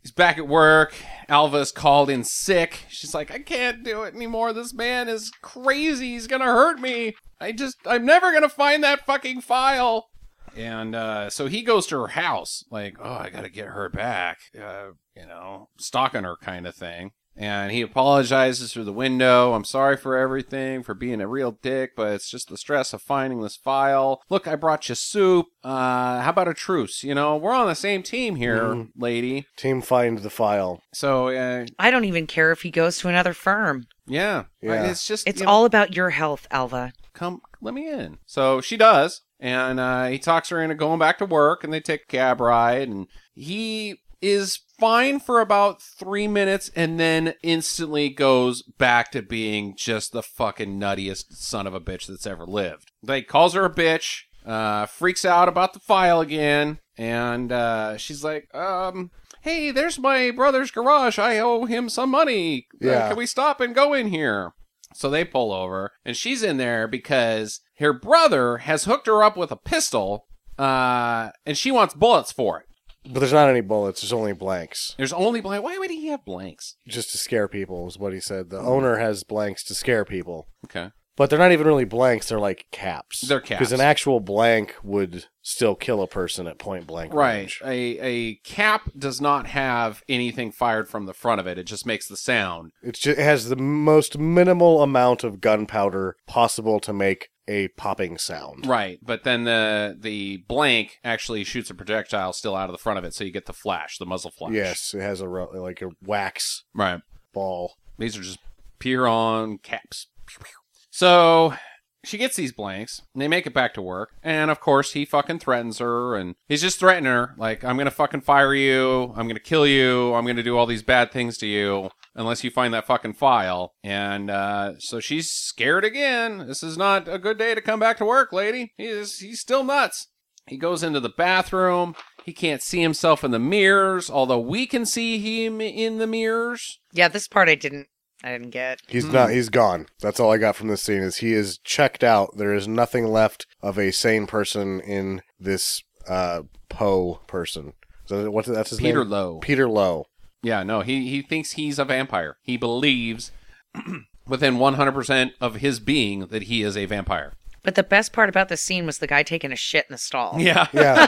A: He's back at work. Alva's called in sick. She's like, I can't do it anymore. This man is crazy. He's gonna hurt me. I just, I'm never gonna find that fucking file. And uh, so he goes to her house, like, oh, I gotta get her back. Uh, you know, stalking her kind of thing. And he apologizes through the window. I'm sorry for everything, for being a real dick, but it's just the stress of finding this file. Look, I brought you soup. Uh, how about a truce? You know, we're on the same team here,
C: Mhm.
A: lady.
C: Team find the file.
A: So, uh,
D: I don't even care if he goes to another firm.
A: yeah.
C: Yeah.
A: It's just,
D: It's
A: you know,
D: all about your health, Alva.
A: come, let me in. So she does. And uh, he talks her into going back to work, and they take a cab ride. And he is fine for about three minutes and then instantly goes back to being just the fucking nuttiest son of a bitch that's ever lived. They calls her a bitch, uh, freaks out about the file again, and uh, she's like, um, hey, there's my brother's garage. I owe him some money. Uh,
C: Yeah.
A: can we stop and go in here? So they pull over, and she's in there because her brother has hooked her up with a pistol, uh, and she wants bullets for it.
C: But there's not any bullets, there's only blanks.
A: There's only blank. Why would he have blanks?
C: Just to scare people, is what he said. The owner has blanks to scare people.
A: Okay.
C: But they're not even really blanks, they're like caps.
A: They're caps.
C: Because an actual blank would still kill a person at point blank
A: Right.
C: range.
A: A a cap does not have anything fired from the front of it. It just makes the sound.
C: It's ju- it has the most minimal amount of gunpowder possible to make a popping sound.
A: Right. But then the the blank actually shoots a projectile still out of the front of it, so you get the flash, the muzzle flash.
C: Yes, it has a ro- like a wax
A: Right.
C: ball.
A: These are just pure on caps. Pew, pew. So she gets these blanks, and they make it back to work. And of course, he fucking threatens her, and he's just threatening her. Like, I'm going to fucking fire you. I'm going to kill you. I'm going to do all these bad things to you unless you find that fucking file. And uh, so she's scared again. This is not a good day to come back to work, lady. He is, he's still nuts. He goes into the bathroom. He can't see himself in the mirrors, although we can see him in the mirrors.
D: Yeah, this part I didn't I didn't get.
C: He's
A: Hmm.
C: not. He's gone. That's all I got from this scene. Is he is checked out. There is nothing left of a sane person in this uh, Poe person. So what? That's his
A: Peter
C: name.
A: Lowe.
C: Peter Lowe.
A: Yeah, no, he, he thinks he's a vampire. He believes within 100% of his being that he is a vampire.
D: But the best part about this scene was the guy taking a shit in the stall.
A: Yeah.
C: Yeah,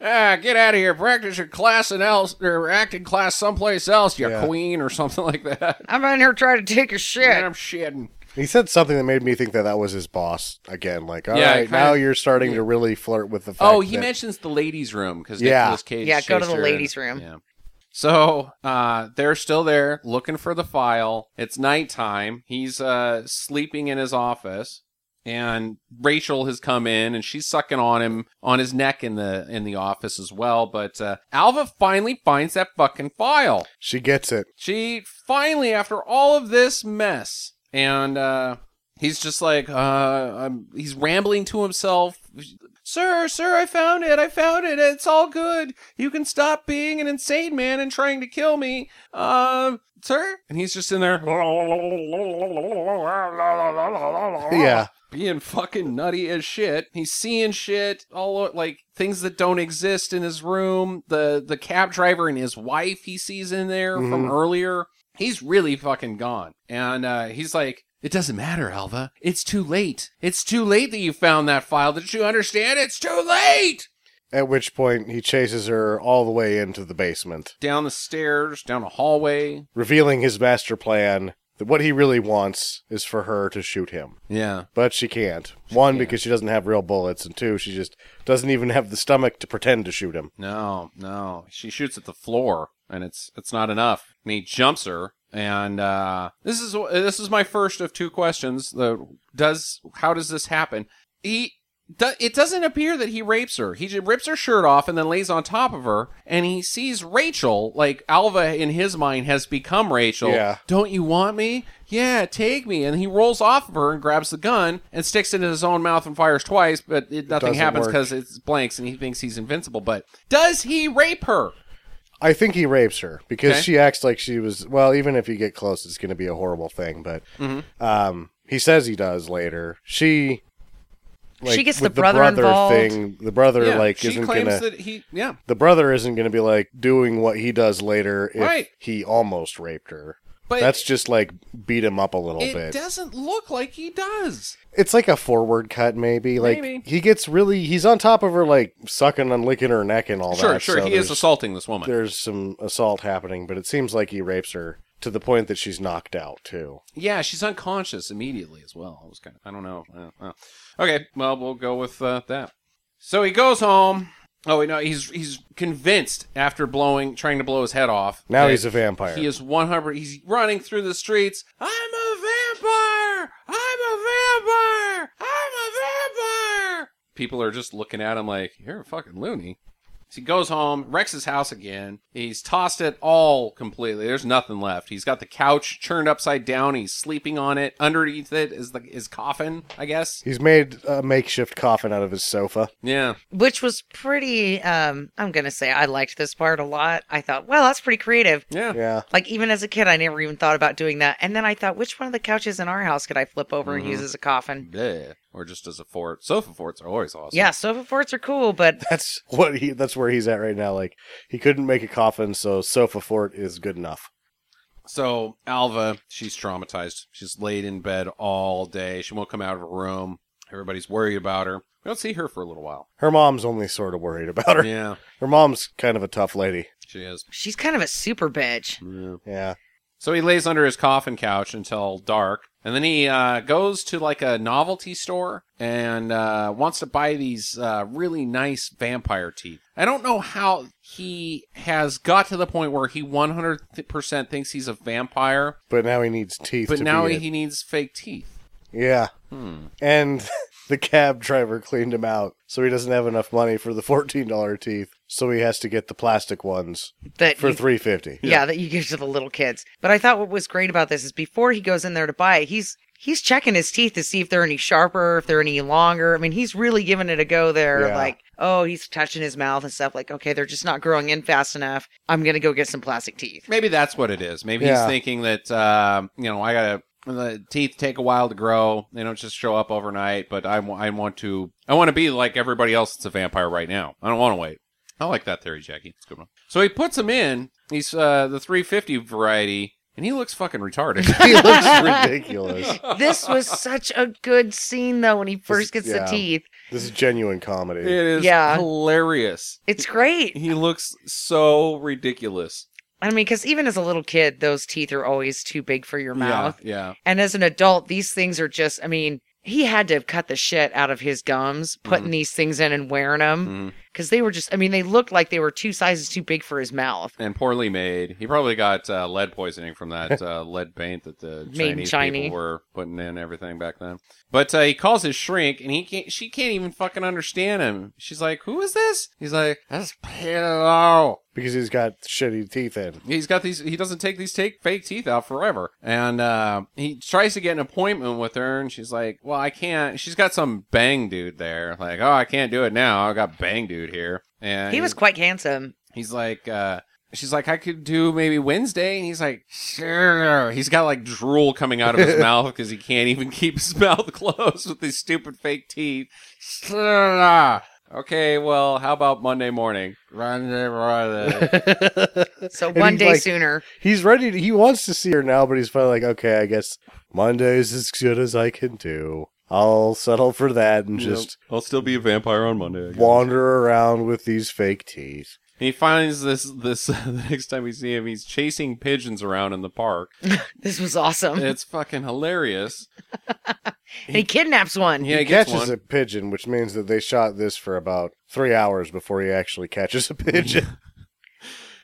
A: ah, get out of here. Practice your class and else, or acting class someplace else, you
C: Yeah.
A: queen, or something like that.
D: I'm in here trying to take a shit.
A: Man, I'm shitting.
C: he said something that made me think that that was his boss again. Like, all right,
A: Yeah, kinda-
C: now you're starting to really flirt with the fact.
A: Oh, he
C: that-
A: mentions the ladies' room because
C: Yeah.
A: Nicolas Cage.
D: Yeah, go to
A: chased
D: the
A: her
D: ladies' room.
A: Yeah. So uh, they're still there looking for the file. It's nighttime. He's uh, sleeping in his office, and Rachel has come in and she's sucking on him on his neck in the in the office as well. But uh, Alva finally finds that fucking file.
C: she gets it.
A: She finally, after all of this mess, and uh, he's just like, uh, I'm, he's rambling to himself. Sir, sir, I found it. I found it. It's all good. You can stop being an insane man and trying to kill me. Um, sir? And he's just in there Oh.
C: Yeah.
A: being fucking nutty as shit. He's seeing shit, all o- like things that don't exist in his room. The the cab driver and his wife he sees in there from
C: Mhm.
A: earlier. He's really fucking gone, and uh, he's like. It doesn't matter, Alva. It's too late. It's too late that you found that file. Did you understand? It's too late!
C: At which point he chases her all the way into the basement,
A: Down the stairs, down a hallway.
C: revealing his master plan. That what he really wants is for her to shoot him.
A: Yeah.
C: But she can't. One, because she doesn't have real bullets, and two, she just doesn't even have the stomach to pretend to shoot him.
A: No, no. She shoots at the floor, and it's it's not enough. And he jumps her, and uh, this is this is my first of two questions. The does how does this happen? He do- it doesn't appear that he rapes her. He just rips her shirt off and then lays on top of her, and he sees Rachel. Like Alva, in his mind, has become Rachel.
C: Yeah.
A: Don't you want me? Yeah, take me. And he rolls off of her and grabs the gun and sticks it in his own mouth and fires twice, but it, nothing
C: doesn't
A: happens
C: work.
A: because it's blanks and he thinks he's invincible. But does he rape her?
C: I think he rapes her because
A: Okay.
C: she acts like she was. Well, even if you get close, it's going to be a horrible thing. But
A: Mm-hmm.
C: um, he says he does later. She.
D: She gets
C: with
D: the brother involved.
C: thing. The brother
A: Yeah,
C: like
A: she
C: isn't
A: claims
C: gonna.
A: that he. Yeah.
C: the brother isn't gonna be like doing what he does later if
A: Right.
C: he almost raped her.
A: But-
C: that's just like beat him up a little
A: It
C: bit.
A: doesn't look like he does.
C: it's like a forward cut, maybe. Like
A: Maybe.
C: he gets really. He's on top of her, like sucking and licking her neck and all
A: Sure,
C: that.
A: sure.
C: so
A: he is
C: there's-
A: assaulting this woman.
C: there's some assault happening, but it seems like he rapes her to the point that she's knocked out too.
A: Yeah, she's unconscious immediately as well. It was kind of, I don't know. Uh, uh. Okay, well we'll go with uh, that. So he goes home. Oh wait, no, he's he's convinced after blowing, trying to blow his head off.
C: Now
A: that
C: he's a vampire.
A: He is one hundred. He's running through the streets. I'm a vampire. I'm a vampire. I'm a vampire. People are just looking at him like you're a fucking loony. So he goes home, wrecks his house again. He's tossed it all completely. There's nothing left. He's got the couch turned upside down. He's sleeping on it. Underneath it is the his coffin, I guess.
C: He's made a makeshift coffin out of his sofa.
A: Yeah.
D: which was pretty um i'm gonna say i liked this part a lot i thought well that's pretty creative
A: Yeah.
C: Yeah.
D: like even as a kid i never even thought about doing that and then i thought which one of the couches in our house could i flip over
A: Mm-hmm.
D: and use as a coffin
A: Yeah. Or just as a fort. Sofa forts are always awesome.
D: yeah sofa forts are cool but
C: That's what he that's where he's at right now. Like he couldn't make a coffin, so sofa fort is good enough.
A: So Alva, she's traumatized. She's laid in bed all day. She won't come out of her room. Everybody's worried about her. We don't see her for a little while.
C: Her mom's only sort of worried about her.
A: Yeah,
C: Her mom's kind of a tough lady.
A: she is.
D: she's kind of a super bitch
A: Yeah.
C: Yeah.
A: So he lays under his coffin couch until dark, and then he uh, goes to like a novelty store and uh, wants to buy these uh, really nice vampire teeth. I don't know how he has got to the point where he 100% thinks he's a vampire,
C: But now he needs teeth.
A: but
C: to
A: now
C: be
A: he Hmm. needs fake teeth.
C: a- Yeah. And the cab driver cleaned him out, so he doesn't have enough money for the fourteen dollar teeth. So he has to get the plastic ones
D: that
C: for
D: you-
C: three fifty.
D: yeah. that you give to the little kids but i thought what was great about this is before he goes in there to buy it he's he's checking his teeth to see if they're any sharper if they're any longer i mean he's really giving it a go there
C: Yeah.
D: like oh he's touching his mouth and stuff like okay they're just not growing in fast enough i'm gonna go get some plastic teeth
A: Maybe that's what it is. Maybe he's
C: Yeah.
A: thinking that um, you know I gotta the teeth take a while to grow. They don't just show up overnight. But I wa- I want to I want to be like everybody else that's a vampire right now. I don't want to wait. I like that theory, Jackie. It's a good one. So he puts him in. He's uh, the 350 variety, and he looks fucking retarded.
C: he looks ridiculous.
D: this was such a good scene though when he first gets
C: yeah.
D: the teeth
C: This is genuine
A: it
C: comedy.
A: is
D: Yeah.
A: hilarious.
D: it's great
A: He looks so ridiculous.
D: i mean because even as a little kid those teeth are always too big for your mouth
A: Yeah,
D: And as an adult, these things are just, I mean, he had to have cut the shit out of his gums, putting
A: Mm-hmm.
D: these things in and wearing
A: yeah.
D: them
A: Mhm.
D: because they were just, I mean, they looked like they were two sizes too big for his mouth.
A: and poorly made. He probably got uh, lead poisoning from that uh, lead paint that the
D: Made in
A: Chinese
D: China.
A: people were putting in everything back then. But uh, he calls his shrink, and he can't. She can't even fucking understand him. She's like, "Who is this?" He's like, "That's Pillow."
C: because he's got shitty teeth in.
A: He's got these. He doesn't take these take fake teeth out forever, and uh, he tries to get an appointment with her, and she's like, "Well, I can't." She's got some bang dude there, like, "Oh, I can't do it now. I got bang dude here." And
D: He was quite handsome.
A: He's like, uh, she's like, I could do maybe Wednesday. And he's like, sure. He's got like drool coming out of his mouth because he can't even keep his mouth closed with these stupid fake teeth. Sure. Okay, well, how about Monday morning? Monday morning.
D: So
C: And
D: one
C: he's
D: day
C: like-
D: sooner.
C: He's ready. To, he wants to see her now, but he's finally like, okay, I guess Monday's as good as I can do. I'll settle for that and just
A: I'll still be a vampire on Monday. I guess.
C: wander around with these fake teeth.
A: And he finds this this the next time we see him, he's chasing pigeons around in the park.
D: This was awesome.
A: It's fucking hilarious.
D: and he kidnaps one.
A: Yeah, he,
C: he
A: gets
C: catches
A: one.
C: a pigeon, which means that they shot this for about three hours before he actually catches a pigeon.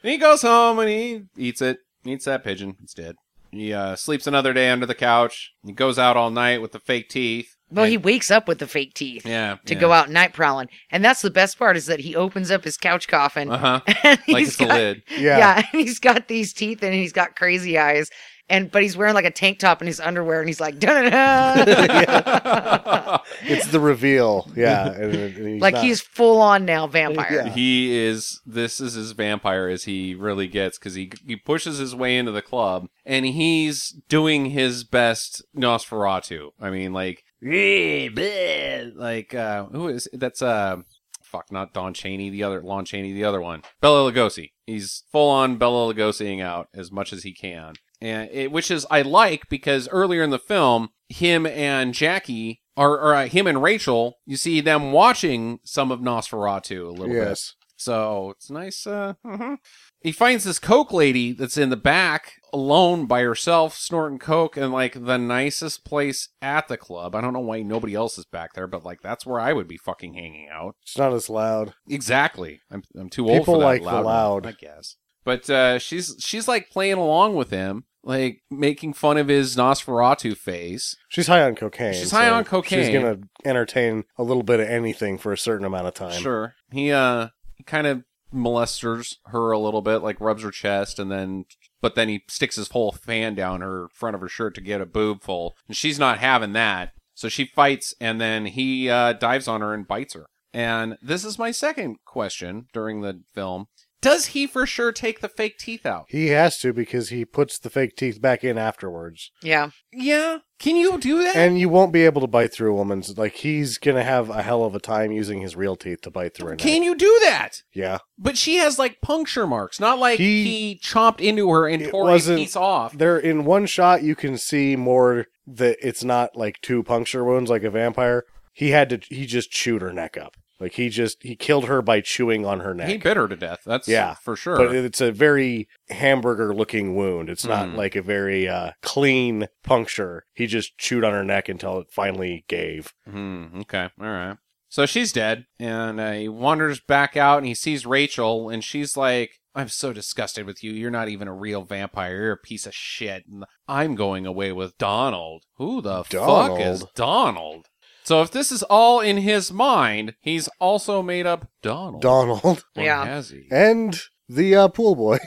A: And he goes home and he eats it, eats that pigeon. It's dead. He uh, sleeps another day under the couch. He goes out all night with the fake teeth.
D: Well, he wakes up with the fake teeth
A: Yeah.
D: to go out night prowling, and that's the best part is that he opens up his couch coffin.
A: Uh huh.
D: and
A: Like
D: he's
A: it's the
D: got-
A: lid.
C: Yeah.
D: and he's got these teeth and he's got crazy eyes. And but he's wearing like a tank top and his underwear and he's like da da da
C: It's the reveal. Yeah. and- and he's
D: like
C: not-
D: he's full on now vampire.
C: Yeah.
A: He is. This is as vampire as he really gets because he he pushes his way into the club and he's doing his best Nosferatu. I mean, like, "Eh, bleh," like uh, who is that's uh, fuck, not Don Cheney, the other Lon Chaney, the other one, Bella Lugosi. He's full on Bella Lugosiing out as much as he can, and it, which is I like because earlier in the film, him and Jackie. Or, or uh, him and Rachel, you see them watching some of Nosferatu a little bit.
C: Yes.
A: So it's nice. Uh,
C: Mm-hmm.
A: mhm. He finds this Coke lady that's in the back alone by herself, snorting Coke in like the nicest place at the club. I don't know why nobody else is back there, but like that's where I would be fucking hanging out.
C: It's not as loud.
A: Exactly. I'm, I'm too old
C: People
A: for that
C: like the
A: loud, one,
C: loud.
A: I guess. But uh, she's she's like playing along with him, like making fun of his Nosferatu face.
C: She's high on cocaine.
A: She's high on cocaine.
C: She's gonna entertain a little bit of anything for a certain amount of time.
A: Sure. He uh kind of molesters her a little bit, like rubs her chest and then but then he sticks his whole fan down her front of her shirt to get a boob full. And she's not having that. So she fights and then he uh dives on her and bites her. And this is my second question during the film. Does he for sure take the fake teeth out?
C: He has to because he puts the fake teeth back in afterwards,
D: Yeah.
A: Yeah. Can you do that?
C: and you won't be able to bite through a woman's. Like he's gonna have a hell of a time using his real teeth to bite through. a knife.
A: Can you do that?
C: Yeah,
A: But she has like puncture marks, not like he,
C: He-
A: chomped into her and
C: It
A: tore his
C: wasn't-
A: piece off.
C: there in one shot you can see more that it's not like two puncture wounds like a vampire. He had to. He just chewed her neck up. Like he just he killed her by chewing on her neck.
A: He bit her to death. That's
C: Yeah,
A: for sure.
C: But it's a very hamburger looking wound. It's not
A: Mm.
C: like a very uh, clean puncture. He just chewed on her neck until it finally gave.
A: Hmm, okay. All right. So she's dead, and uh, he wanders back out, and he sees Rachel, and she's like, "I'm so disgusted with you. You're not even a real vampire. You're a piece of shit. And I'm going away with Donald. Who the
C: Donald?
A: fuck is Donald?" So if this is all in his mind, he's also made up Donald.
C: Donald
A: Or
D: Yeah.
A: Has he?
C: and the uh, pool boy.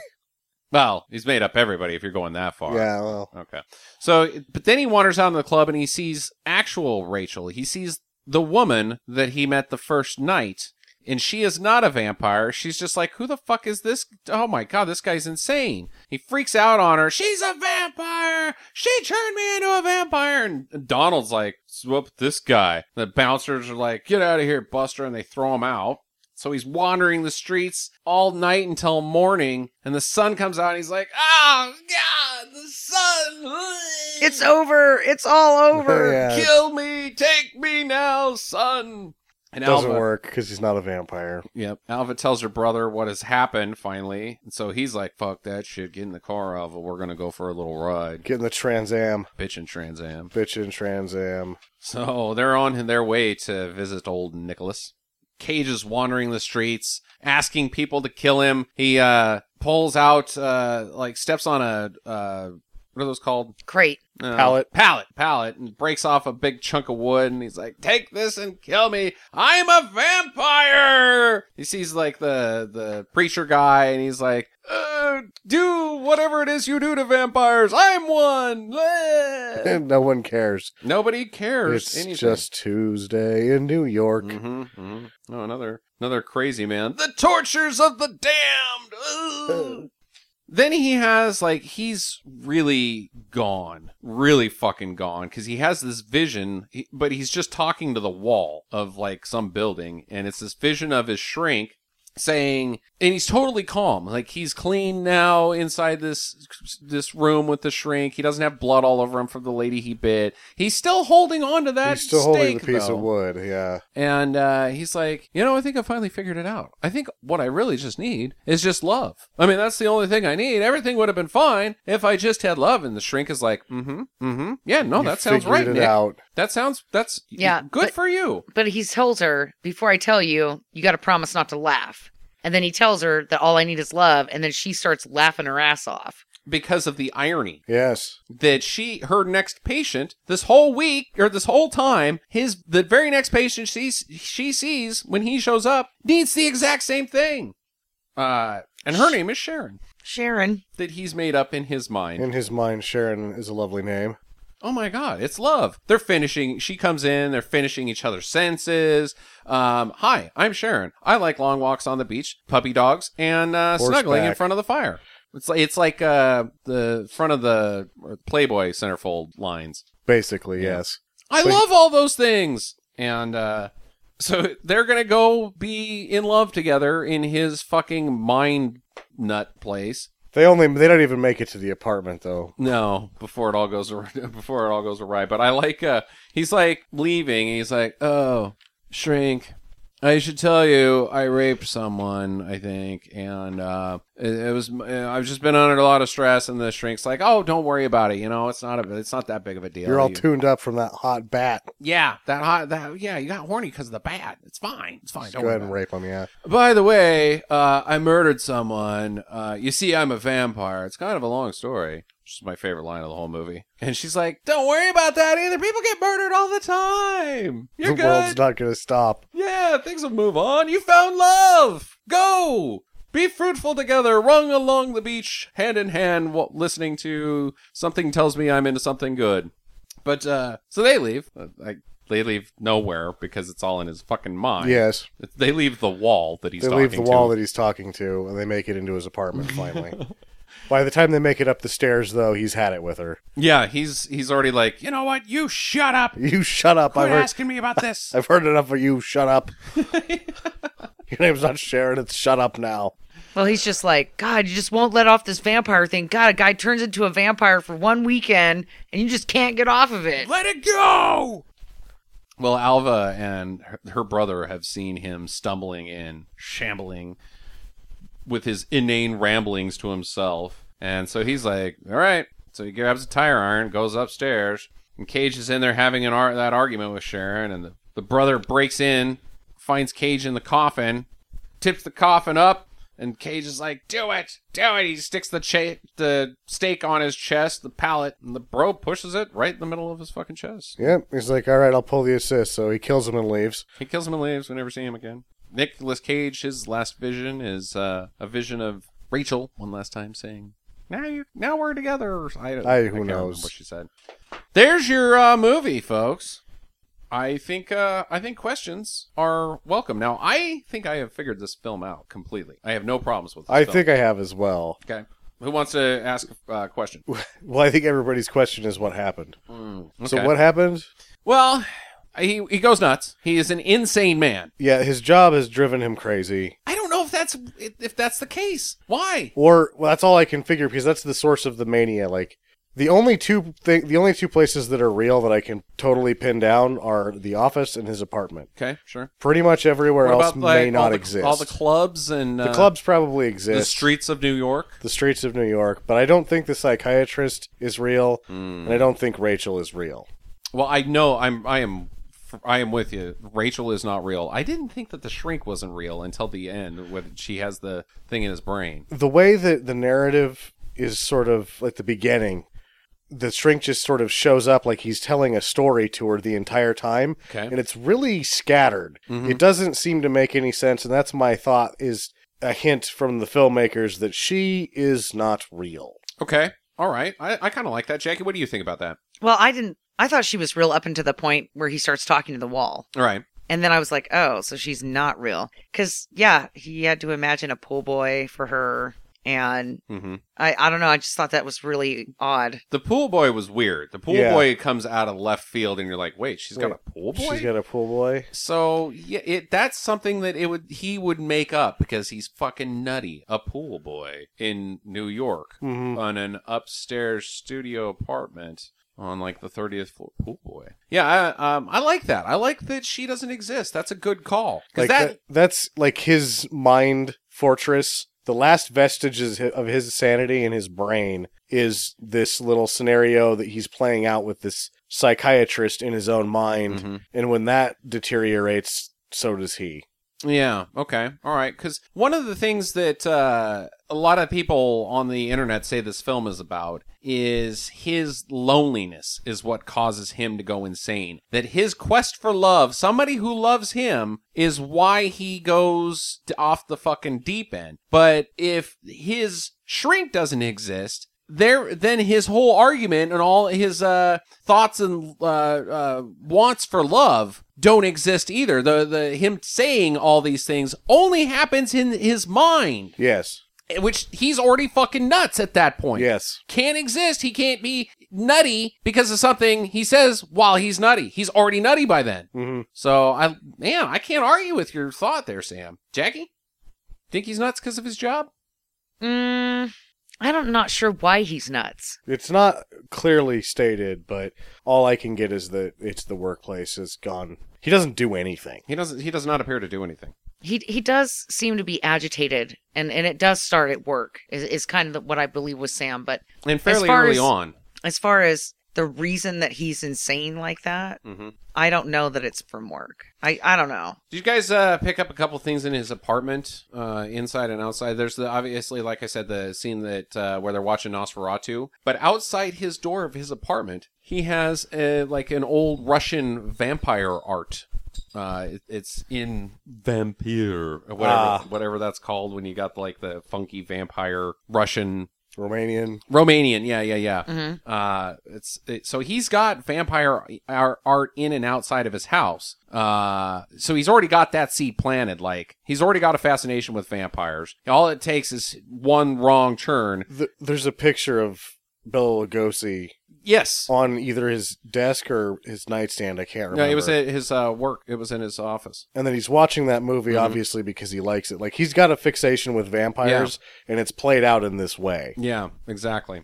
A: Well, he's made up everybody. If you're going that far.
C: Yeah, well,
A: Okay. So, but then he wanders out in the club and he sees actual Rachel. He sees the woman that he met the first night, and she is not a vampire. She's just like, who the fuck is this? Oh my god, this guy's insane. He freaks out on her. She's a vampire. She turned me into a vampire. And Donald's like, whoop, this guy. The bouncers are like, get out of here, Buster, and they throw him out. So he's wandering the streets all night until morning, and the sun comes out, and he's like, "Oh God, the sun!
D: It's over. It's all over.
C: Yeah, it
A: kill me, take me now, sun." And
C: doesn't
A: Alva,
C: work because he's not a vampire.
A: Yep. Alva tells her brother what has happened finally, and so he's like, "Fuck that shit! Get in the car, Alva. We're gonna go for a little ride,
C: Getting the Trans Am,
A: bitch and Trans Am."
C: bitchin' Trans Am.
A: So they're on their way to visit old Nicholas. Cage is wandering the streets, asking people to kill him. He uh, pulls out, uh, like, steps on a, uh, what are those called?
D: Great.
A: Uh,
C: Pallet.
A: Pallet, pallet, and breaks off a big chunk of wood, and he's like, "Take this and kill me. I'm a vampire." He sees like the the preacher guy, and he's like, uh, "Do whatever it is you do to vampires. I'm one." Bleh."
C: no one cares.
A: Nobody cares.
C: It's
A: anything.
C: just Tuesday in New York.
A: hmm No, another another crazy man. The tortures of the damned. Ugh. then he has like he's really gone, really fucking gone, because he has this vision, he- but he's just talking to the wall of like some building, and it's this vision of his shrink saying and he's totally calm like he's clean now inside this this room with the shrink he doesn't have blood all over him from the lady he bit he's still holding on to that
C: He's still holding the
A: stake,
C: piece
A: though.
C: of wood. Yeah,
A: And uh, he's like, you know, I think I finally figured it out. I think what I really just need is just love. I mean, that's the only thing I need. Everything would have been fine if I just had love. And the shrink is like, mm-hmm, mm-hmm. Yeah, no,
C: You
A: that sounds
C: figured
A: right,
C: it
A: Nick.
C: out.
A: That sounds that's
D: Yeah,
A: good
D: but-
A: for you.
D: But he tells her, before I tell you, you got to promise not to laugh. And then he tells her that all I need is love. And then she starts laughing her ass off.
A: because of the irony
C: Yes.
A: that she her next patient this whole week or this whole time his the very next patient she she sees when he shows up needs the exact same thing uh and her name is Sharon
D: Sharon.
A: that he's made up in his mind
C: In his mind, Sharon is a lovely name.
A: oh my god it's love they're finishing she comes in they're finishing each other's senses um hi i'm sharon i like long walks on the beach puppy dogs and uh snuggling in
C: Horseback.
A: front of the fire it's like it's like uh the front of the playboy centerfold lines
C: Basically, yes.
A: i
C: But-
A: love all those things and uh so they're gonna go be in love together in his fucking mind nut place
C: They only they don't even make it to the apartment though.
A: No, before it all goes ar- before it all goes awry. But I like uh he's like leaving and he's like, "Oh, shrink. I should tell you I raped someone, I think, and uh it, it was uh, I've just been under a lot of stress and the shrink's like, "Oh, don't worry about it. You know, it's not a it's not that big of a deal."
C: You're all
A: You-
C: tuned up from that hot bat.
A: Yeah, that hot that yeah, you got horny cuz of the bat. It's fine. It's fine.
C: Just
A: don't
C: go
A: worry
C: ahead
A: about it.
C: and rape him, yeah.
A: By the way, uh, I murdered someone. Uh, you see, I'm a vampire. It's kind of a long story, which is my favorite line of the whole movie. And she's like, "Don't worry about that either. People get murdered all the time. You're
C: the
A: good.
C: world's not gonna stop.
A: yeah, things will move on. You found love. Go." Be fruitful together, rung along the beach, hand in hand, while listening to something tells me I'm into something good. But uh, so they leave. Uh, Like they leave nowhere because it's all in his fucking mind.
C: Yes.
A: They leave the wall that he's
C: They
A: talking
C: leave the
A: to.
C: wall that he's talking to and they make it into his apartment finally. By the time they make it up the stairs though, he's had it with her.
A: yeah, he's he's already like, you know what? You shut up.
C: You shut up.
A: Quit
C: I've heard,
A: asking me about this.
C: I've heard enough of you. Shut up. Your name's not Sharon, it's shut up now.
D: Well, he's just like, God, you just won't let off this vampire thing. God, a guy turns into a vampire for one weekend and you just can't get off of it.
A: Let it go. Well, Alva and her, her brother have seen him stumbling in, shambling with his inane ramblings to himself, and so he's like, all right. So he grabs a tire iron, goes upstairs, and Cage is in there having an ar- that argument with Sharon, and the, the brother breaks in, finds Cage in the coffin, tips the coffin up, and Cage is like, "Do it, do it!" He sticks the cha- the stake on his chest, the pallet, and the bro pushes it right in the middle of his fucking chest.
C: Yep. He's like, All right, I'll pull the assist. So he kills him and leaves.
A: He kills him and leaves. We never see him again. Nicholas Cage, his last vision is uh, a vision of Rachel one last time saying, "Now you, now we're together." Or, I don't,
C: I- who
A: can't remember
C: knows?
A: what she said. There's your uh, movie, folks. I think uh, I think questions are welcome. Now I think I have figured this film out completely. I have no problems with. This
C: I
A: film.
C: think I have as well.
A: Okay. Who wants to ask a uh, question?
C: Well, I think everybody's question is what happened. So
A: Okay.
C: what happened?
A: Well, he he goes nuts. He is an insane man.
C: Yeah, his job has driven him crazy.
A: I don't know if that's if that's the case. Why?
C: Or well, that's all I can figure because that's the source of the mania. Like the only two thing, the only two places that are real that I can totally pin down are the office and his apartment.
A: Okay, sure.
C: Pretty much everywhere
A: What
C: else
A: about like
C: may not
A: all the,
C: exist.
A: all the clubs and
C: The
A: uh,
C: clubs probably exist.
A: the streets of New York?
C: the streets of New York, but I don't think the psychiatrist is real,
A: Hmm.
C: and I don't think Rachel is real.
A: Well, I know I'm I am I am with you. Rachel is not real. I didn't think that the shrink wasn't real until the end when she has the thing in his brain.
C: the way that the narrative is sort of like the beginning the shrink just sort of shows up like he's telling a story to her the entire time
A: Okay. Mm-hmm.
C: and it's really scattered it doesn't seem to make any sense and that's my thought is a hint from the filmmakers that she is not real
A: Okay. All right. I, I kind of like that. Jackie, what do you think about that?
D: Well, I didn't. I thought she was real up until the point where he starts talking to the wall.
A: All right.
D: And then I was like, oh, so she's not real. Because, yeah, he had to imagine a pool boy for her. And
A: Mm-hmm.
D: I, I don't know. I just thought that was really odd.
A: The pool boy was weird. The pool
C: Yeah.
A: boy comes out of left field, and you're like, "Wait, she's got
C: Wait,
A: a pool Oh, boy."
C: she's got a pool boy
A: so yeah, it that's something that it would he would make up because he's fucking nutty. A pool boy in New York
C: Mhm.
A: on an upstairs studio apartment on like the thirtieth floor. Pool boy. Yeah, I, um, I like that. I like that she doesn't exist. That's a good call. 'Cause
C: like
A: that,
C: that- that's like his mind fortress the last vestiges hi- of his sanity in his brain is this little scenario that he's playing out with this psychiatrist in his own mind
A: Mhm.
C: and when that deteriorates so does he
A: Yeah. Okay. All right. Because one of the things that uh, a lot of people on the internet say this film is about is his loneliness is what causes him to go insane. That his quest for love, somebody who loves him, is why he goes t- off the fucking deep end. But if his shrink doesn't exist, there then his whole argument and all his uh thoughts and uh, uh wants for love don't exist either the the him saying all these things only happens in his mind
C: Yes.
A: which he's already fucking nuts at that point
C: Yes.
A: can't exist he can't be nutty because of something he says while he's nutty he's already nutty by then
C: Mhm.
A: so i man i can't argue with your thought there sam jackie think he's nuts because of his job
D: Mm, I don't not sure why he's nuts.
C: It's not clearly stated, but all I can get is that it's the workplace is gone. He doesn't do anything.
A: he doesn't he does not appear to do anything
D: He he does seem to be agitated, and and it does start at work. Is is kind of the, what I believe was Sam, but
A: and fairly
D: far
A: early
D: as-
A: on
D: as far as the reason that he's insane like that,
A: Mhm.
D: I don't know that it's from work. I, I don't know.
A: Did you guys uh, pick up a couple things in his apartment, uh, inside and outside? There's the obviously, like I said, the scene that uh, where they're watching Nosferatu, but outside his door of his apartment, he has a, like an old Russian vampire art. Uh, it- it's in vampire, whatever
C: Ah.
A: whatever that's called when you got like the funky vampire Russian
C: Romanian.
A: Romanian, yeah, yeah, yeah. Uh, it's it, so he's got vampire ar- art in and outside of his house. Uh, so he's already got that seed planted. Like he's already got a fascination with vampires. All it takes is one wrong turn.
C: Th- there's a picture of Bela Lugosi
A: Yes,
C: on either his desk or his nightstand. I can't remember.
A: no, it was at his uh, work. It was in his office.
C: and then he's watching that movie
A: Mm-hmm.
C: obviously because he likes it. Like he's got a fixation with vampires, and it's played out in this way.
A: Yeah, exactly.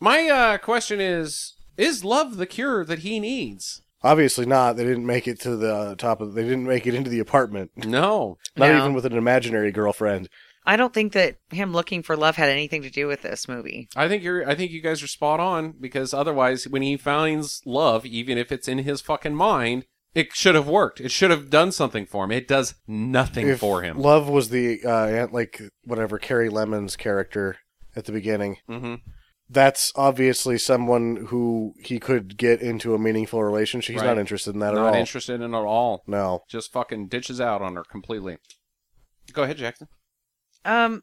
A: My uh, question is: Is love the cure that he needs?
C: Obviously not. They didn't make it to the top of. They didn't make it into the apartment.
A: No,
C: Not
D: No.
C: even with an imaginary girlfriend.
D: I don't think that him looking for love had anything to do with this movie.
A: I think you're. I think you guys are spot on because otherwise, when he finds love, even if it's in his fucking mind, it should have worked. It should have done something for him. It does nothing
C: If
A: for him.
C: Love was the uh, aunt- like whatever Carrie Lemon's character at the beginning.
A: hmm
C: That's obviously someone who he could get into a meaningful relationship. He's
A: Right.
C: not interested in that at
A: Not
C: all.
A: interested in it at all.
C: no.
A: Just fucking ditches out on her completely. Go ahead, Jackson.
D: Um,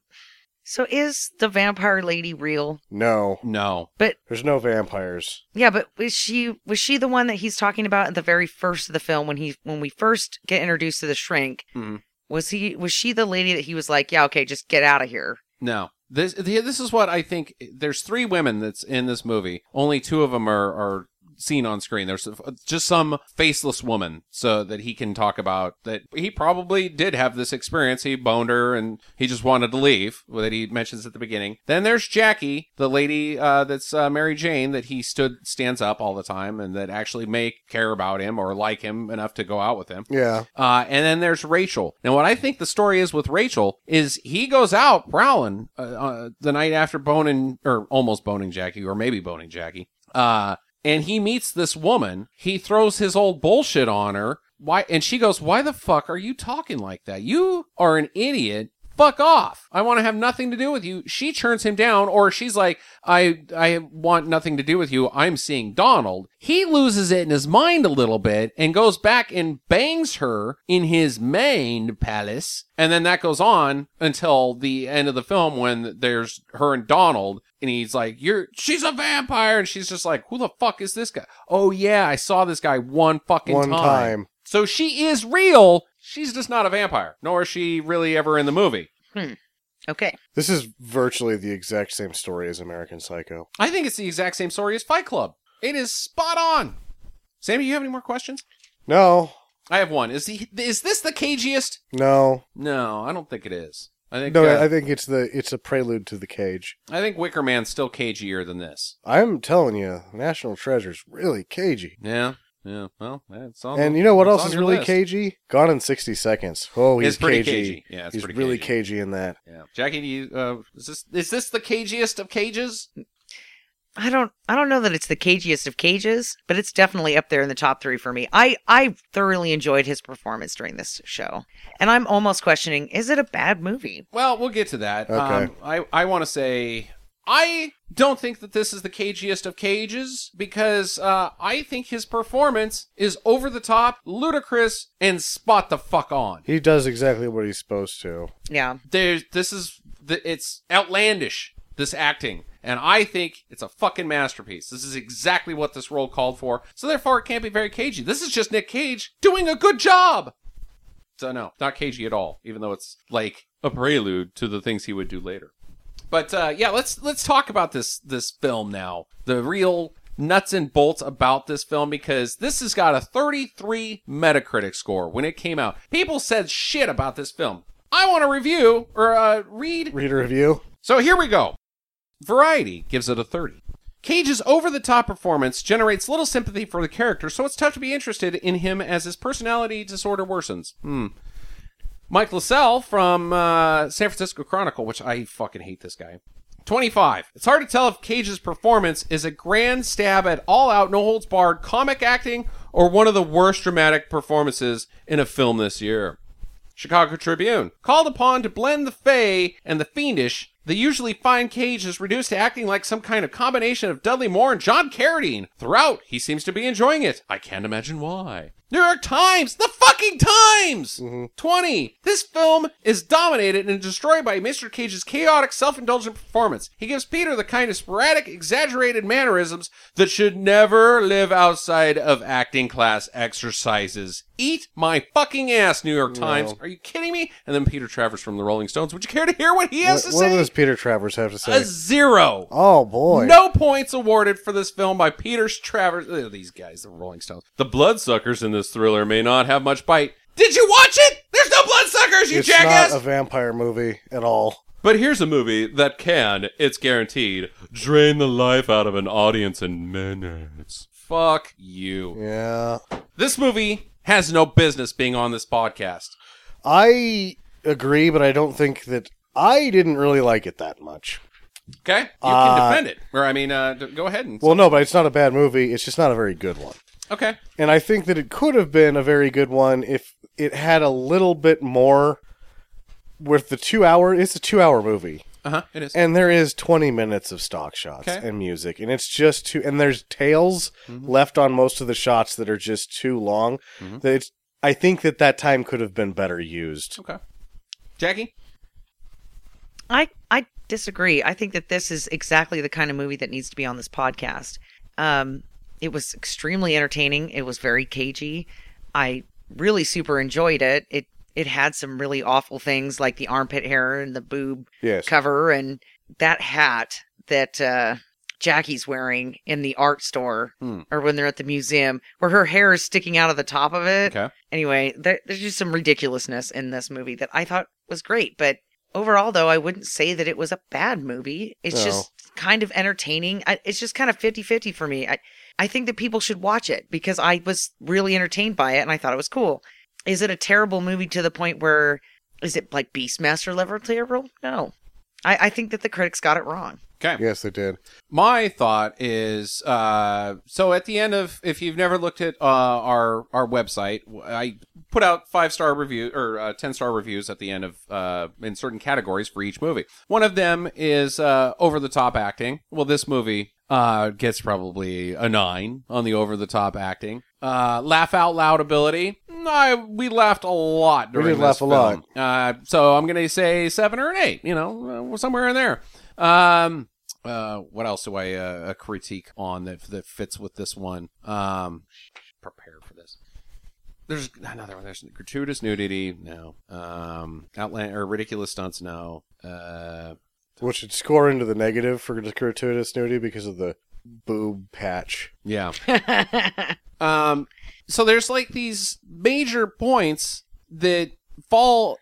D: so is the vampire lady real?
C: No.
A: No.
C: There's no vampires.
D: Yeah, but was she was she the one that he's talking about at the very first of the film when he when we first get introduced to the shrink?
A: Mhm.
D: Was he was she the lady that he was like, yeah, okay, just get out of here?
A: No. This the- this is what I think. There's three women that's in this movie. Only two of them are are seen on screen. There's just some faceless woman, so that he can talk about that he probably did have this experience. He boned her, and he just wanted to leave. That he mentions at the beginning. Then there's Jackie, the lady uh, that's uh, Mary Jane that he stood stands up all the time, and that actually may care about him or like him enough to go out with him.
C: Yeah.
A: Uh, and then there's Rachel. Now, what I think the story is with Rachel is he goes out prowling uh, uh, the night after boning or almost boning Jackie or maybe boning Jackie. Uh, and he meets this woman. He throws his old bullshit on her. Why? And she goes, "Why the fuck are you talking like that? You are an idiot." Fuck off. I want to have nothing to do with you. She turns him down or she's like, I I want nothing to do with you. I'm seeing Donald. He loses it in his mind a little bit and goes back and bangs her in his mind palace. And then that goes on until the end of the film when there's her and Donald and he's like, You're she's a vampire and she's just like, Who the fuck is this guy? Oh yeah, I saw this guy one fucking
C: One
A: time.
C: time.
A: So she is real. She's just not a vampire, nor is she really ever in the movie.
D: Okay,
C: This is virtually the exact same story as American Psycho.
A: I think it's the exact same story as Fight Club. It is spot on. Sammy, you have any more questions?
C: No.
A: I have one. Is he? Is this the cagiest?
C: No.
A: No, I don't think it is. I think
C: No,
A: uh,
C: I think it's the it's a prelude to the cage.
A: I think Wicker Man's still cagier than this.
C: I'm telling you, National Treasure's really cagey.
A: Yeah, yeah. Well, that's all.
C: And you know what
A: that's
C: else
A: Um, on
C: is
A: your
C: really
A: list.
C: cagey? Gone in 60 seconds. Oh, he's
A: It's pretty
C: cagey.
A: cagey. Yeah, it's
C: he's
A: pretty
C: really
A: cagey.
C: cagey. in that.
A: Yeah, Jackie, do you, uh, is this is this the cagiest of cages?
D: I don't I don't know that it's the cagiest of cages, but it's definitely up there in the top 3 for me. I I thoroughly enjoyed his performance during this show. And I'm almost questioning is it a bad movie?
A: Well, we'll get to that.
C: Okay.
A: Um, I, I want to say I don't think that this is the cagiest of cages because uh, I think his performance is over the top, ludicrous, and spot the fuck on.
C: He does exactly what he's supposed to.
D: Yeah.
A: There's this is the, it's outlandish this acting. And I think it's a fucking masterpiece. This is exactly what this role called for. So therefore, it can't be very cagey. This is just Nick Cage doing a good job. So no, not cagey at all. Even though it's like a prelude to the things he would do later. But uh, yeah, let's let's talk about this this film now. The real nuts and bolts about this film because this has got a 33 Metacritic score when it came out. People said shit about this film. I want to review or uh, read
C: Reader review.
A: so here we go. Variety gives it a 30. Cage's over the top performance generates little sympathy for the character, so it's tough to be interested in him as his personality disorder worsens. Hmm. Mike LaSalle from uh, San Francisco Chronicle, which I fucking hate this guy. 25. It's hard to tell if Cage's performance is a grand stab at all out, no holds barred comic acting or one of the worst dramatic performances in a film this year. Chicago Tribune, called upon to blend the fey and the fiendish. The usually fine Cage is reduced to acting like some kind of combination of Dudley Moore and John Carradine. Throughout, he seems to be enjoying it. I can't imagine why. New York Times, the fucking Times! 20. This film is dominated and destroyed by Mr. Cage's chaotic, self indulgent performance. He gives Peter the kind of sporadic, exaggerated mannerisms that should never live outside of acting class exercises. Eat my fucking ass, New York Times. Are you kidding me? And then Peter Travers from the Rolling Stones. Would you care to hear what he has
C: What,
A: to
C: what
A: say?
C: does Peter Travers have to say?
A: A zero.
C: oh boy.
A: No points awarded for this film by Peter Travers. Ugh, these guys, the Rolling Stones. The bloodsuckers in this thriller may not have much bite. Did you watch it? There's no bloodsuckers, you
C: it's
A: jackass!
C: not a vampire movie at all.
A: But here's a movie that can, it's guaranteed, drain the life out of an audience in minutes. Fuck you.
C: Yeah.
A: This movie has no business being on this podcast.
C: I agree, but I don't think that I didn't really like it that much.
A: Okay? You
C: Uh,
A: can defend it. Or, I mean, uh, d- go ahead and.
C: Well, no, but it's not a bad movie. It's just not a very good one.
A: okay.
C: And I think that it could have been a very good one if it had a little bit more with the two hour. It's a two hour movie.
A: Uh huh. It is.
C: And there is 20 minutes of stock shots
A: Okay.
C: and music. And it's just too, and there's tails left on most of the shots that are just too long. That it's, I think that that time could have been better used.
A: okay. Jackie?
D: I I disagree. I think that this is exactly the kind of movie that needs to be on this podcast. Um, it was extremely entertaining. It was very cagey. I really super enjoyed it. It it had some really awful things like the armpit hair and the boob
C: Yes.
D: cover and that hat that uh, Jackie's wearing in the art store
A: Hmm.
D: or when they're at the museum where her hair is sticking out of the top of it
A: Okay.
D: anyway, there, there's just some ridiculousness in this movie that I thought was great. But overall, though, I wouldn't say that it was a bad movie. It's
C: No.
D: just kind of entertaining. I, it's just kind of 50 50 for me. I, I think that people should watch it because I was really entertained by it and I thought it was cool. Is it a terrible movie to the point where is it like Beastmaster level terrible? No. I, I think that the critics got it wrong.
A: Okay.
C: Yes, they did.
A: my thought is uh, so at the end of if you've never looked at uh, our our website w- i put out five star review or uh, ten star reviews at the end of uh, in certain categories for each movie one of them is uh, over the top acting well this movie uh, gets probably a nine on the over the top acting uh, laugh out loud ability Mm, I, we laughed a lot
C: We
A: during
C: did laugh
A: this
C: a
A: film.
C: lot.
A: Uh, so I'm gonna say seven or an eight. You know, uh, somewhere in there. Um, uh, what else do I uh, uh, critique on that that fits with this one? Um, prepared for this. There's another one. There's gratuitous nudity. No. Um, outland or ridiculous stunts. No. Uh,
C: Which should score into the negative for gratuitous nudity because of the boob patch.
A: yeah. Um, so there's like these major points that fall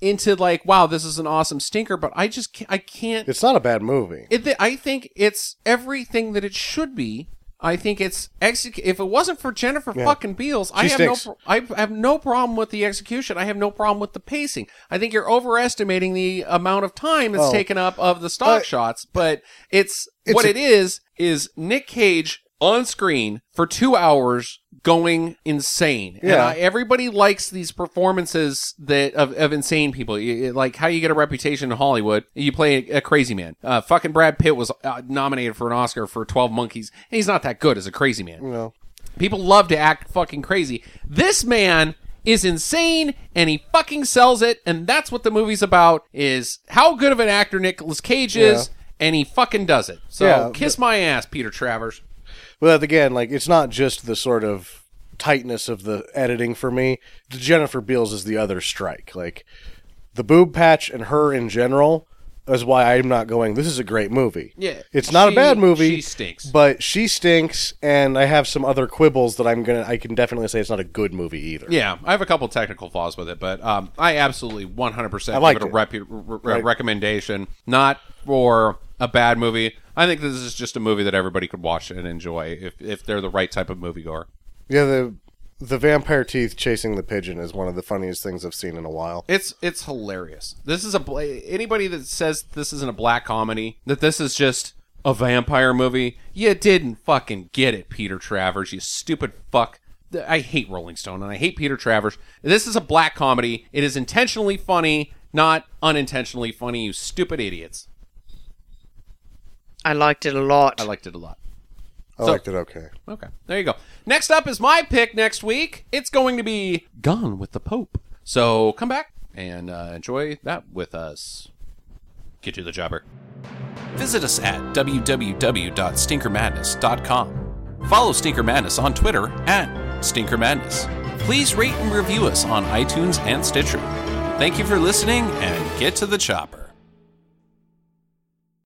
A: into like, wow, this is an awesome stinker, but I just can't, I can't
C: It's not a bad movie.
A: It, I think it's everything that it should be. I think it's exec- if it wasn't for Jennifer
C: Yeah.
A: fucking Beals, I
C: She
A: have
C: stinks.
A: no pro- I have no problem with the execution. I have no problem with the pacing. I think you're overestimating the amount of time it's
C: Oh.
A: taken up of the stock
C: Uh,
A: shots, but it's,
C: it's
A: what
C: a-
A: it is is Nick Cage on screen for 2 hours going insane. And
C: Yeah.
A: I, everybody likes these performances that of, of insane people. You- you- like how you get a reputation in Hollywood, you play a, a crazy man. Uh, fucking Brad Pitt was uh, nominated for an Oscar for Twelve Monkeys, and he's not that good as a crazy man.
C: You know,
A: People love to act fucking crazy. This man is insane and he fucking sells it and that's what the movie's about is how good of an actor Nicolas Cage is and he fucking does it. So
C: Yeah,
A: kiss my ass Peter Travers.
C: but again, like it's not just the sort of tightness of the editing for me. The Jennifer Beals is the other strike. Like the boob patch and her in general is why I'm not going. This is a great movie.
A: Yeah.
C: it's not
A: She-
C: a bad movie.
A: she stinks.
C: but she stinks, and I have some other quibbles that I'm gonna. I can definitely say it's not a good movie either.
A: Yeah, I have a couple technical flaws with it, but um, I absolutely 100%
C: I liked
A: give it a
C: it.
A: repu- re- re- recommendation, not for a bad movie. I think this is just a movie that everybody could watch and enjoy if, if they're the right type of moviegoer.
C: Yeah, the the vampire teeth chasing the pigeon is one of the funniest things I've seen in a while.
A: It's it's hilarious. This is a bla- anybody that says this isn't a black comedy, that this is just a vampire movie, you didn't fucking get it, Peter Travers. You stupid fuck. Th- I hate Rolling Stone and I hate Peter Travers. This is a black comedy. It is intentionally funny, not unintentionally funny. You stupid idiots.
D: I liked it a lot.
A: I liked it a lot.
C: I
A: So-
C: liked it. Okay.
A: Okay. There you go. Next up is my pick next week. It's going to be Gone with the Pope. So come back and uh, enjoy that with us. Get you the jobber. Visit us at www.stinkermadness.com. Follow Stinker Madness on Twitter at Stinker Madness. Please rate and review us on iTunes and Stitcher. Thank you for listening and get to the chopper.